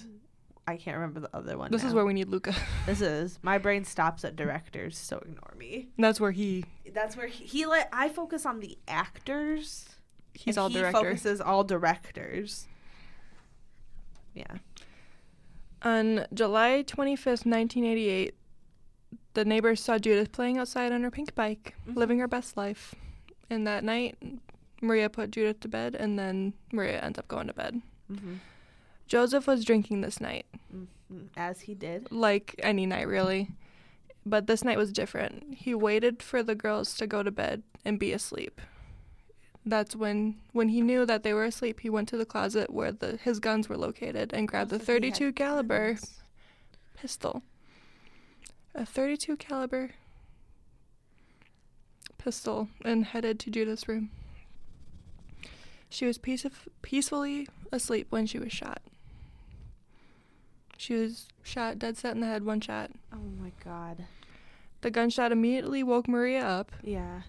I can't remember the other one.
this is
now.
where we need Luca
this is. My brain stops at directors, so ignore me.
that's where he
That's where he, he like I focus on the actors.
he's
and
all
he
director
focuses all directors. Yeah.
on July 25th 1988 the neighbors saw Judith playing outside on her pink bike
Mhm.
living her best life and that night Maria put Judith to bed and then Maria ends up going to bed
Mm-hmm.
Joseph was drinking this night
As he did.
like any night really but this night was different he waited for the girls to go to bed and be asleep that's when when he knew that they were asleep he went to the closet where the his guns were located and grabbed the
Also, he had
32 caliber
guns.
pistol a 32 caliber pistol and headed to Judith's room she was peacef- peacefully asleep when she was shot she was shot dead set in the head one shot
Oh my god.
the gunshot immediately woke Maria up,
Yeah.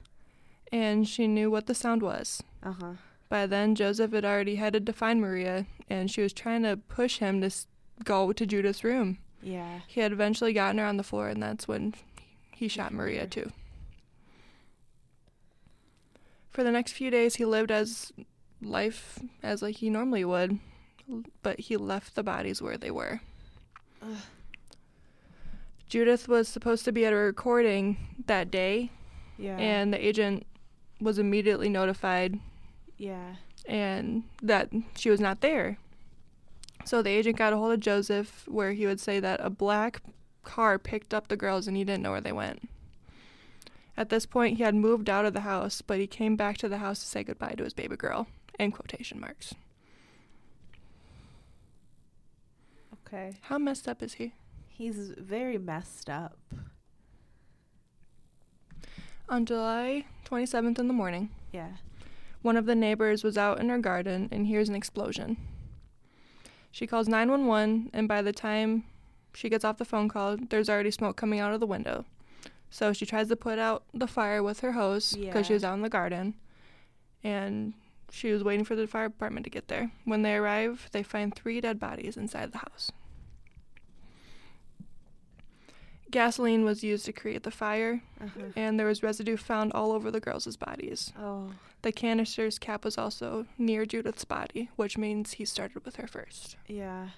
and she knew what the sound was.
Uh huh.
By then, Joseph had already headed to find Maria, and she was trying to push him to s- go to Judith's room.
Yeah.
He had eventually gotten her on the floor, and that's when he shot Maria, too. For the next few days, he lived as life as like he normally would, but he left the bodies where they were.
Ugh.
Judith was supposed to be at a recording that day,
Yeah.
and the agent was immediately notified
yeah.
and that she was not there. So the agent got a hold of Joseph where he would say that a black car picked up the girls and he didn't know where they went. At this point he had moved out of the house, but he came back to the house to say goodbye to his baby girl. In quotation marks.
Okay.
How messed up is he?
He's very messed up.
On July 27th in the morning,
Yeah.
One of the neighbors was out in her garden and hears an explosion. She calls 911, and by the time she gets off the phone call, there's already smoke coming out of the window. So she tries to put out the fire with her hose because she
Yeah.
was out in the garden, and she was waiting for the fire department to get there. When they arrive, they find three dead bodies inside the house. Gasoline was used to create the fire,
Uh-huh.
and there was residue found all over the girls' bodies.
Oh.
The canister's cap was also near Judith's body, which means he started with her first.
Yeah.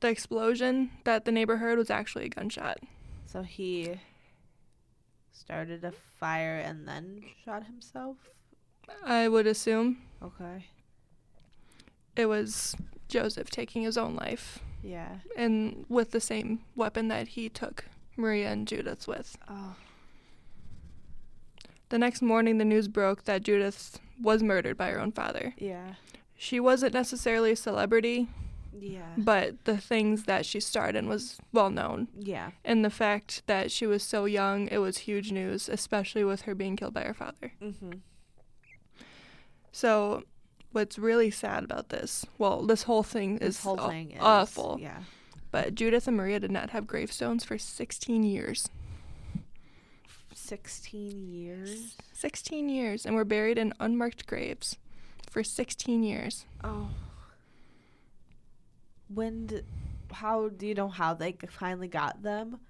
The explosion that the neighbor heard was actually a gunshot.
So he started a fire and then shot himself.
I would assume
Okay.
it was Joseph taking his own life
Yeah.
and with the same weapon that he took Maria and Judith with.
Oh.
The next morning, the news broke that Judith was murdered by her own father.
Yeah.
She wasn't necessarily a celebrity,
Yeah.
but the things that she starred in was well known.
Yeah.
and the fact that she was so young it was huge news especially with her being killed by her father
Mhm.
so what's really sad about this well this whole thing
This
is
whole
aw-
thing is
awful
Yeah.
but judith and maria did not have gravestones for 16 years
16 years.
16 years and were buried in unmarked graves for 16 years
Oh. When d how do you know how they g- finally got them?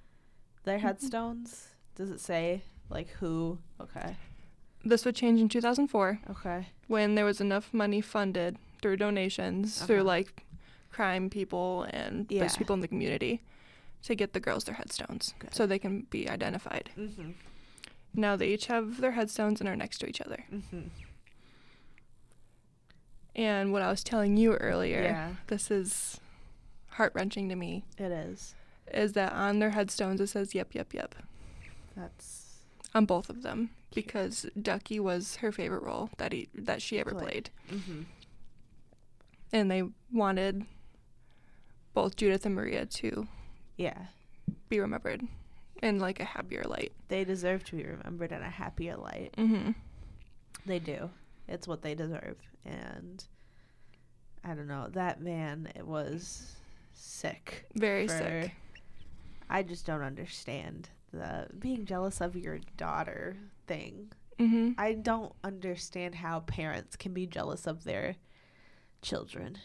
Their headstones? Does it say like who? Okay.
this would change in 2004
Okay.
when there was enough money funded through donations through
Uh-huh.
like crime people and just
Yeah.
people in the community to get the girls their headstones
Good.
so they can be identified.
Mm-hmm.
Now they each have their headstones and are next to each other.
Mm-hmm.
And what I was telling you earlier,
Yeah.
this is heart wrenching to me,
It is.
is that on their headstones it says yep, yep, yep
That's
on both of them
Cute.
because Ducky was her favorite role that he, that she ever
Played.
played.
mm-hmm.
And they wanted both Judith and Maria to
yeah.
be remembered in like a happier light.
They deserve to be remembered in a happier light.
Mm-hmm.
They do. It's what they deserve. And I don't know. That man it was sick.
Very
for-
sick.
I just don't understand the being jealous of your daughter thing.
Mm-hmm.
I don't understand how parents can be jealous of their children.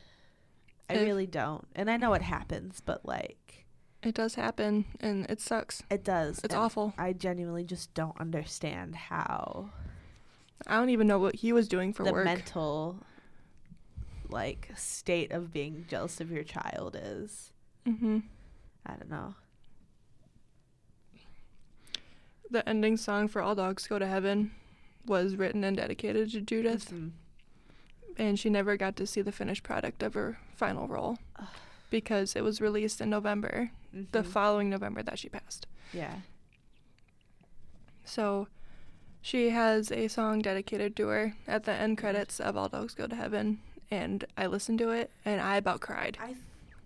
I
If-
really don't. And I know it happens, but like
It does happen, and it sucks.
it does.
It's
and
awful.
I genuinely just don't understand how
I don't even know what he was doing for
the
work.
mental like state of being jealous of your child is.
mm-hmm.
I don't know.
The ending song for All Dogs Go to Heaven was written and dedicated to Judith,
Mhm.
and she never got to see the finished product of her final role
Ugh.
because it was released in November, the
Mhm.
following November that she passed.
yeah.
So she has a song dedicated to her at the end credits of All Dogs Go to Heaven, and I listened to it and I about cried.
I,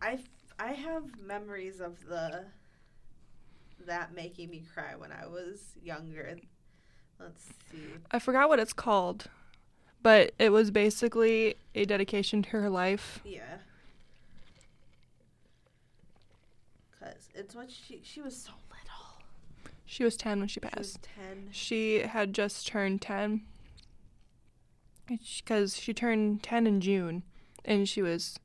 I, I have memories of the that making me cry when I was younger. Let's see.
I forgot what it's called, but it was basically a dedication to her life.
Yeah. Cause it's what she she was so little.
She was 10 when
She
she
was
passed.
ten.
She had just turned 10 because she turned 10 in June and she was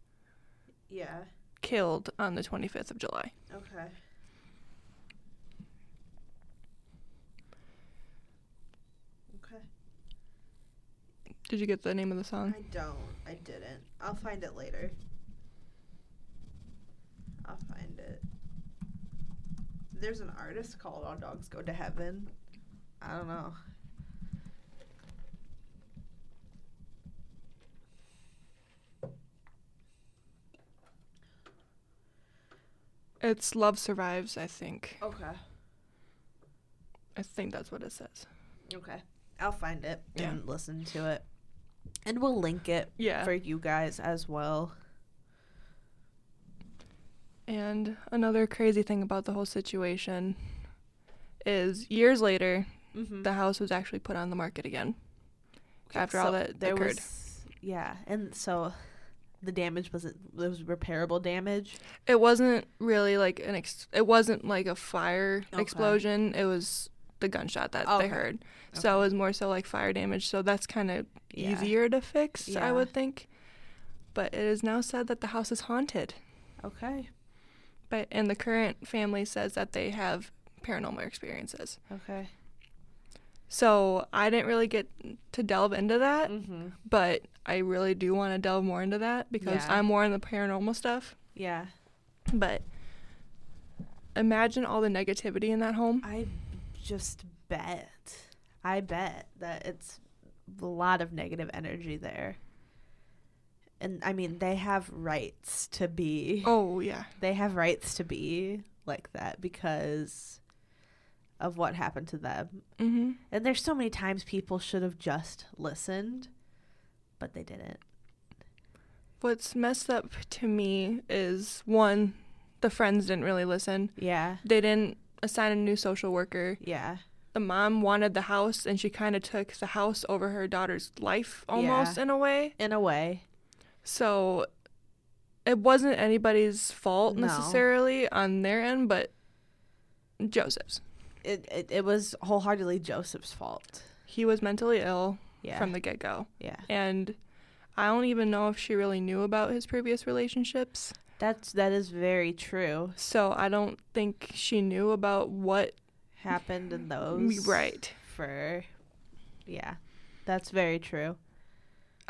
Yeah.
killed on the 25th of July.
Okay. Okay.
Did you get the name of the song?
I don't. I didn't. I'll find it later. I'll find it. There's an artist called All Dogs Go to Heaven. I don't know.
It's Love Survives, I think.
Okay.
I think that's what it says.
Okay. I'll find it
Yeah.
and listen to it. And we'll link it
Yeah.
for you guys as well.
And another crazy thing about the whole situation is years later,
Mm-hmm.
the house was actually put on the market again. After all that occurred.
was yeah, and so the damage wasn't there was repairable damage.
It wasn't really like an ex- it wasn't like a fire
Okay.
explosion. It was the gunshot that
Okay.
they heard. So it was more so like fire damage. So that's kind of
Yeah.
easier to fix,
Yeah.
I would think. But it is now said that the house is haunted.
Okay.
But and the current family says that they have paranormal experiences.
Okay.
So I didn't really get to delve into that,
Mm-hmm.
but I really do want to delve more into that because
Yeah.
I'm more in the paranormal stuff.
Yeah.
But imagine all the negativity in that home.
I just bet. I bet that it's a lot of negative energy there. And I mean, they have rights to be.
Oh yeah,
They have rights to be like that because of what happened to them.
mm-hmm.
And there's so many times people should have just listened, but they didn't.
What's messed up to me is one, the friends didn't really listen.
Yeah.
They didn't assign a new social worker.
Yeah.
The mom wanted the house, and she kind of took the house over her daughter's life almost
Yeah.
in a way.
In a way.
So it wasn't anybody's fault
No.
necessarily on their end, but Joseph's.
It, it, it was wholeheartedly Joseph's fault.
He was mentally ill
Yeah.
from the get go.
yeah.
And I don't even know if she really knew about his previous relationships.
That's that is very true.
So I don't think she knew about what.
Happened in those
Mm, Right.
for yeah. That's very true.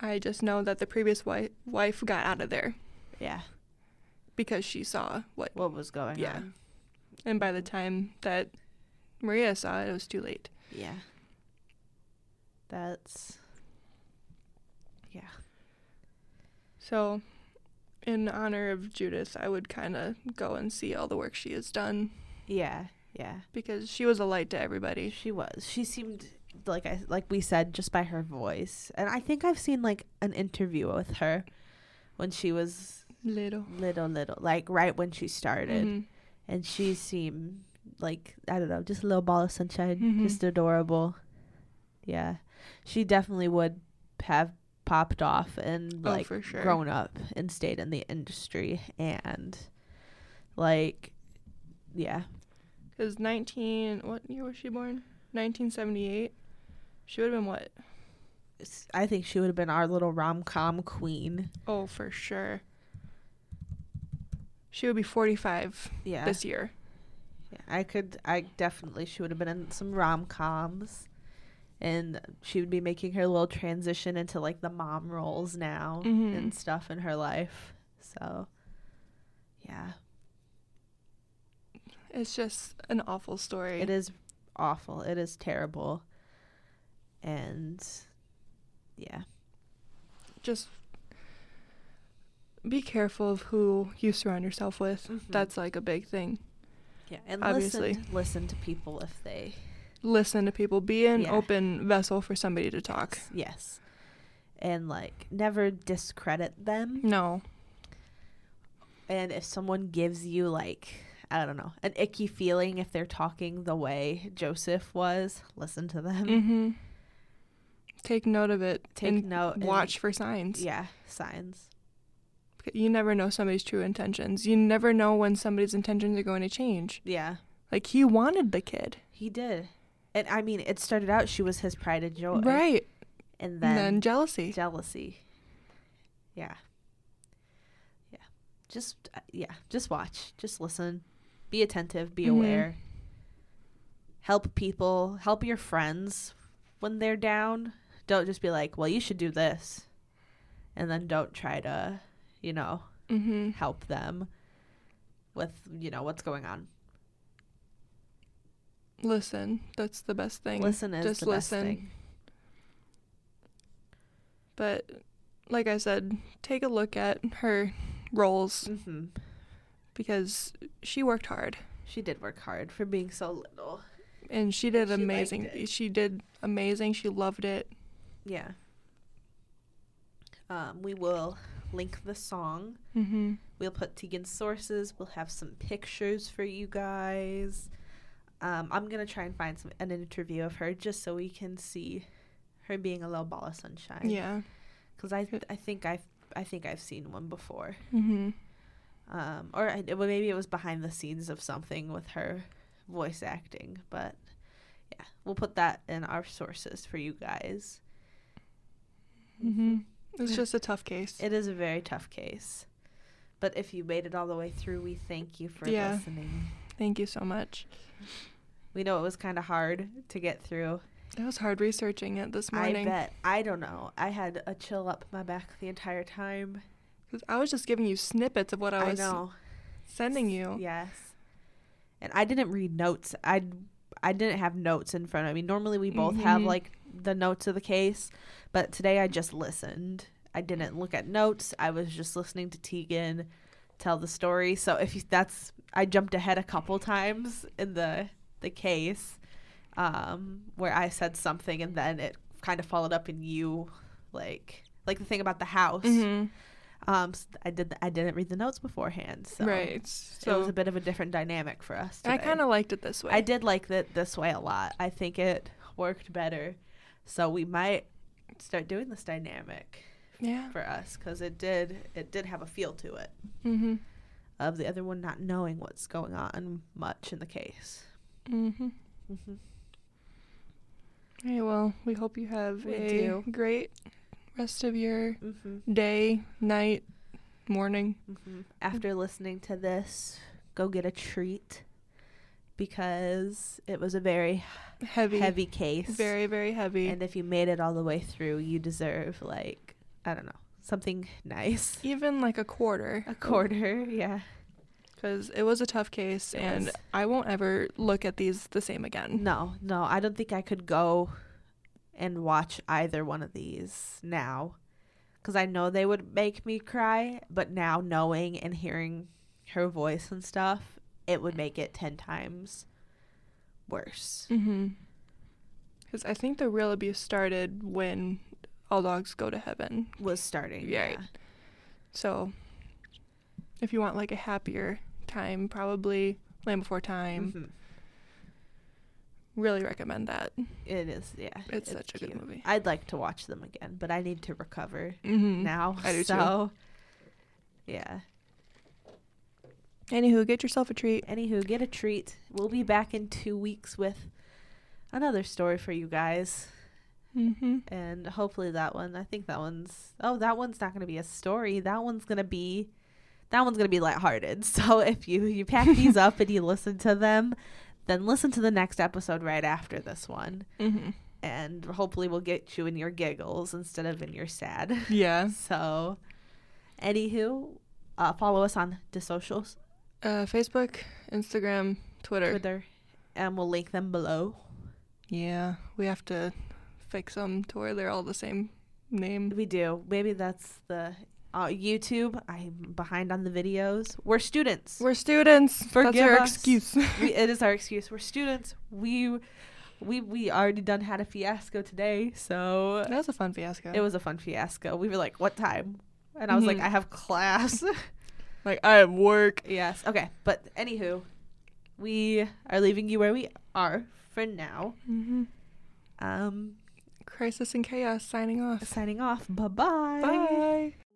I just know that the previous wife, wife got out of there
Yeah.
because she saw what.
What was going
Yeah.
on?
And by the time that Maria saw it, it was too late.
Yeah. That's
So, in honor of Judith, I would kind of go and see all the work she has done
yeah, yeah.
because she was a light to everybody.
She was. She seemed like I like we said just by her voice. And I think I've seen like an interview with her when she was
Little.
little little like right when she started
Mhm.
and she seemed like I don't know, just a little ball of sunshine,
Mhm.
just adorable. Yeah. She definitely would have popped off and
Oh,
like
for sure.
grown up and stayed in the industry and like yeah.
Because 19, what year was she born? 1978. She would have been what?
S- I think she would have been our little rom-com queen.
Oh, for sure. She would be 45
Yeah.
this year.
Yeah, I could. I definitely. She would have been in some rom coms, and she would be making her little transition into like the mom roles now
Mhm.
and stuff in her life. So, yeah,
It's just an awful story.
it is awful. It is terrible, and yeah,
Just be careful of who you surround yourself with.
Mhm.
That's like a big thing.
yeah. And
Obviously.
listen, listen to people if they
listen to people be an
Yeah.
open vessel for somebody to talk
yes, yes, and like never discredit them.
no
And if someone gives you like I don't know an icky feeling if they're talking the way Joseph was, listen to them.
mm-hmm. take note of it
Take
and
note. and-
watch for signs
yeah, signs.
you never know somebody's true intentions you never know when somebody's intentions are going to change
Yeah,
like he wanted the kid
he did. And I mean, it started out she was his pride and joy,
right
And
and
then,
then jealousy
jealousy. Yeah, yeah. Just uh, yeah, just watch, just listen, be attentive, be
Mhm.
aware. Help people, help your friends when they're down. Don't just be like, "Well, you should do this," and then don't try to, you know,
mm-hmm.
help them with you know what's going on.
listen that's the best thing
Listen is
Just
the best
listen.
thing.
but like i said take a look at her roles
hmm
because she worked hard
She did work hard for being so little.
and she did
She liked
amazing
it.
she did amazing she loved it
Yeah. Um, we will link the song
mm-hmm.
We'll put Tegan's sources. We'll have some pictures for you guys. Um, I'm gonna try and find some an interview of her just so we can see her being a little ball of sunshine.
Yeah.
because I I think I've I think I've seen one before.
Mm-hmm.
Um, or I, well, maybe it was behind the scenes of something with her voice acting. But yeah, we'll put that in our sources for you guys.
Mm-hmm. It's just a tough case.
It is a very tough case, but if you made it all the way through, we thank you for
Yeah.
listening.
Thank you so much.
We know it was kind of hard to get through.
It was hard researching it this
I
morning
bet. I don't know. I had a chill up my back the entire time.
'cause I was just giving you snippets of what I
I,
was
know.
sending you.
Yes. And I didn't read notes. I I didn't have notes in front of me. Normally we both have
Mhm.
like the notes of the case, but today I just listened. I didn't look at notes. I was just listening to Tegan tell the story. So if you, that's I jumped ahead a couple times in the the case um where I said something and then it kind of followed up in you like like the thing about the house.
Mm-hmm.
Um s- I did I didn't read the notes beforehand. So
right.
so it was
So
a bit of a different dynamic for us.
I
today.
kind of liked it this way.
I did like that this way a lot. I think it worked better. So we might start doing this dynamic
Yeah.
for us because it did it did have a feel to it
Mm-hmm.
of the other one not knowing what's going on much in the case.
Mm-hmm.
hmm
Hey, well, we hope you have
We
a
do.
great rest of your
hmm
day, night, morning.
hmm After listening to this, go get a treat because it was a very
Heavy.
heavy case.
Very, very heavy.
And if you made it all the way through, you deserve like I don't know something nice.
Even like a quarter.
A quarter, yeah.
because it was a tough case,
It
and
was.
I won't ever look at these the same again.
No, no, I don't think I could go and watch either one of these now because I know they would make me cry, but now knowing and hearing her voice and stuff, it would make it 10 times worse.
Mm-hmm. Because I think the real abuse started when all dogs go to heaven.
Was starting.
Right. So, if you want like a happier time, probably Land Before Time.
Mhm.
Really recommend that.
It is, yeah.
It's, such a good
cute.
movie.
I'd like to watch them again, but I need to recover
Mm-hmm.
now.
I do too.
so, yeah.
Anywho, get yourself a treat.
Anywho, get a treat. We'll be back in two weeks with another story for you guys.
Mm-hmm.
and hopefully that one i think that one's oh that one's not going to be a story that one's going to be that one's going to be lighthearted so if you you pack these up and you listen to them then listen to the next episode right after this one
Mm-hmm.
and hopefully we'll get you in your giggles instead of in your sad
Yeah.
so anywho uh, follow us on the socials
Uh, Facebook, Instagram, Twitter.
twitter and we'll link them below
Yeah, we have to fix them to where they're all the same name.
we do maybe that's the uh, youtube i'm behind on the videos we're students
We're students. That's
Forgive
our
us.
excuse.
we, it is our excuse. We're students. We we we already done had a fiasco today, so
that was a fun fiasco.
it was a fun fiasco. We were like, "What time?" And I was
Mhm.
like, "I have class."
like I have work.
yes. Okay. But anywho, we are leaving you where we are for now.
Mm-hmm.
Um,
Crisis and chaos. Signing off.
signing off. Bye-bye.
Bye.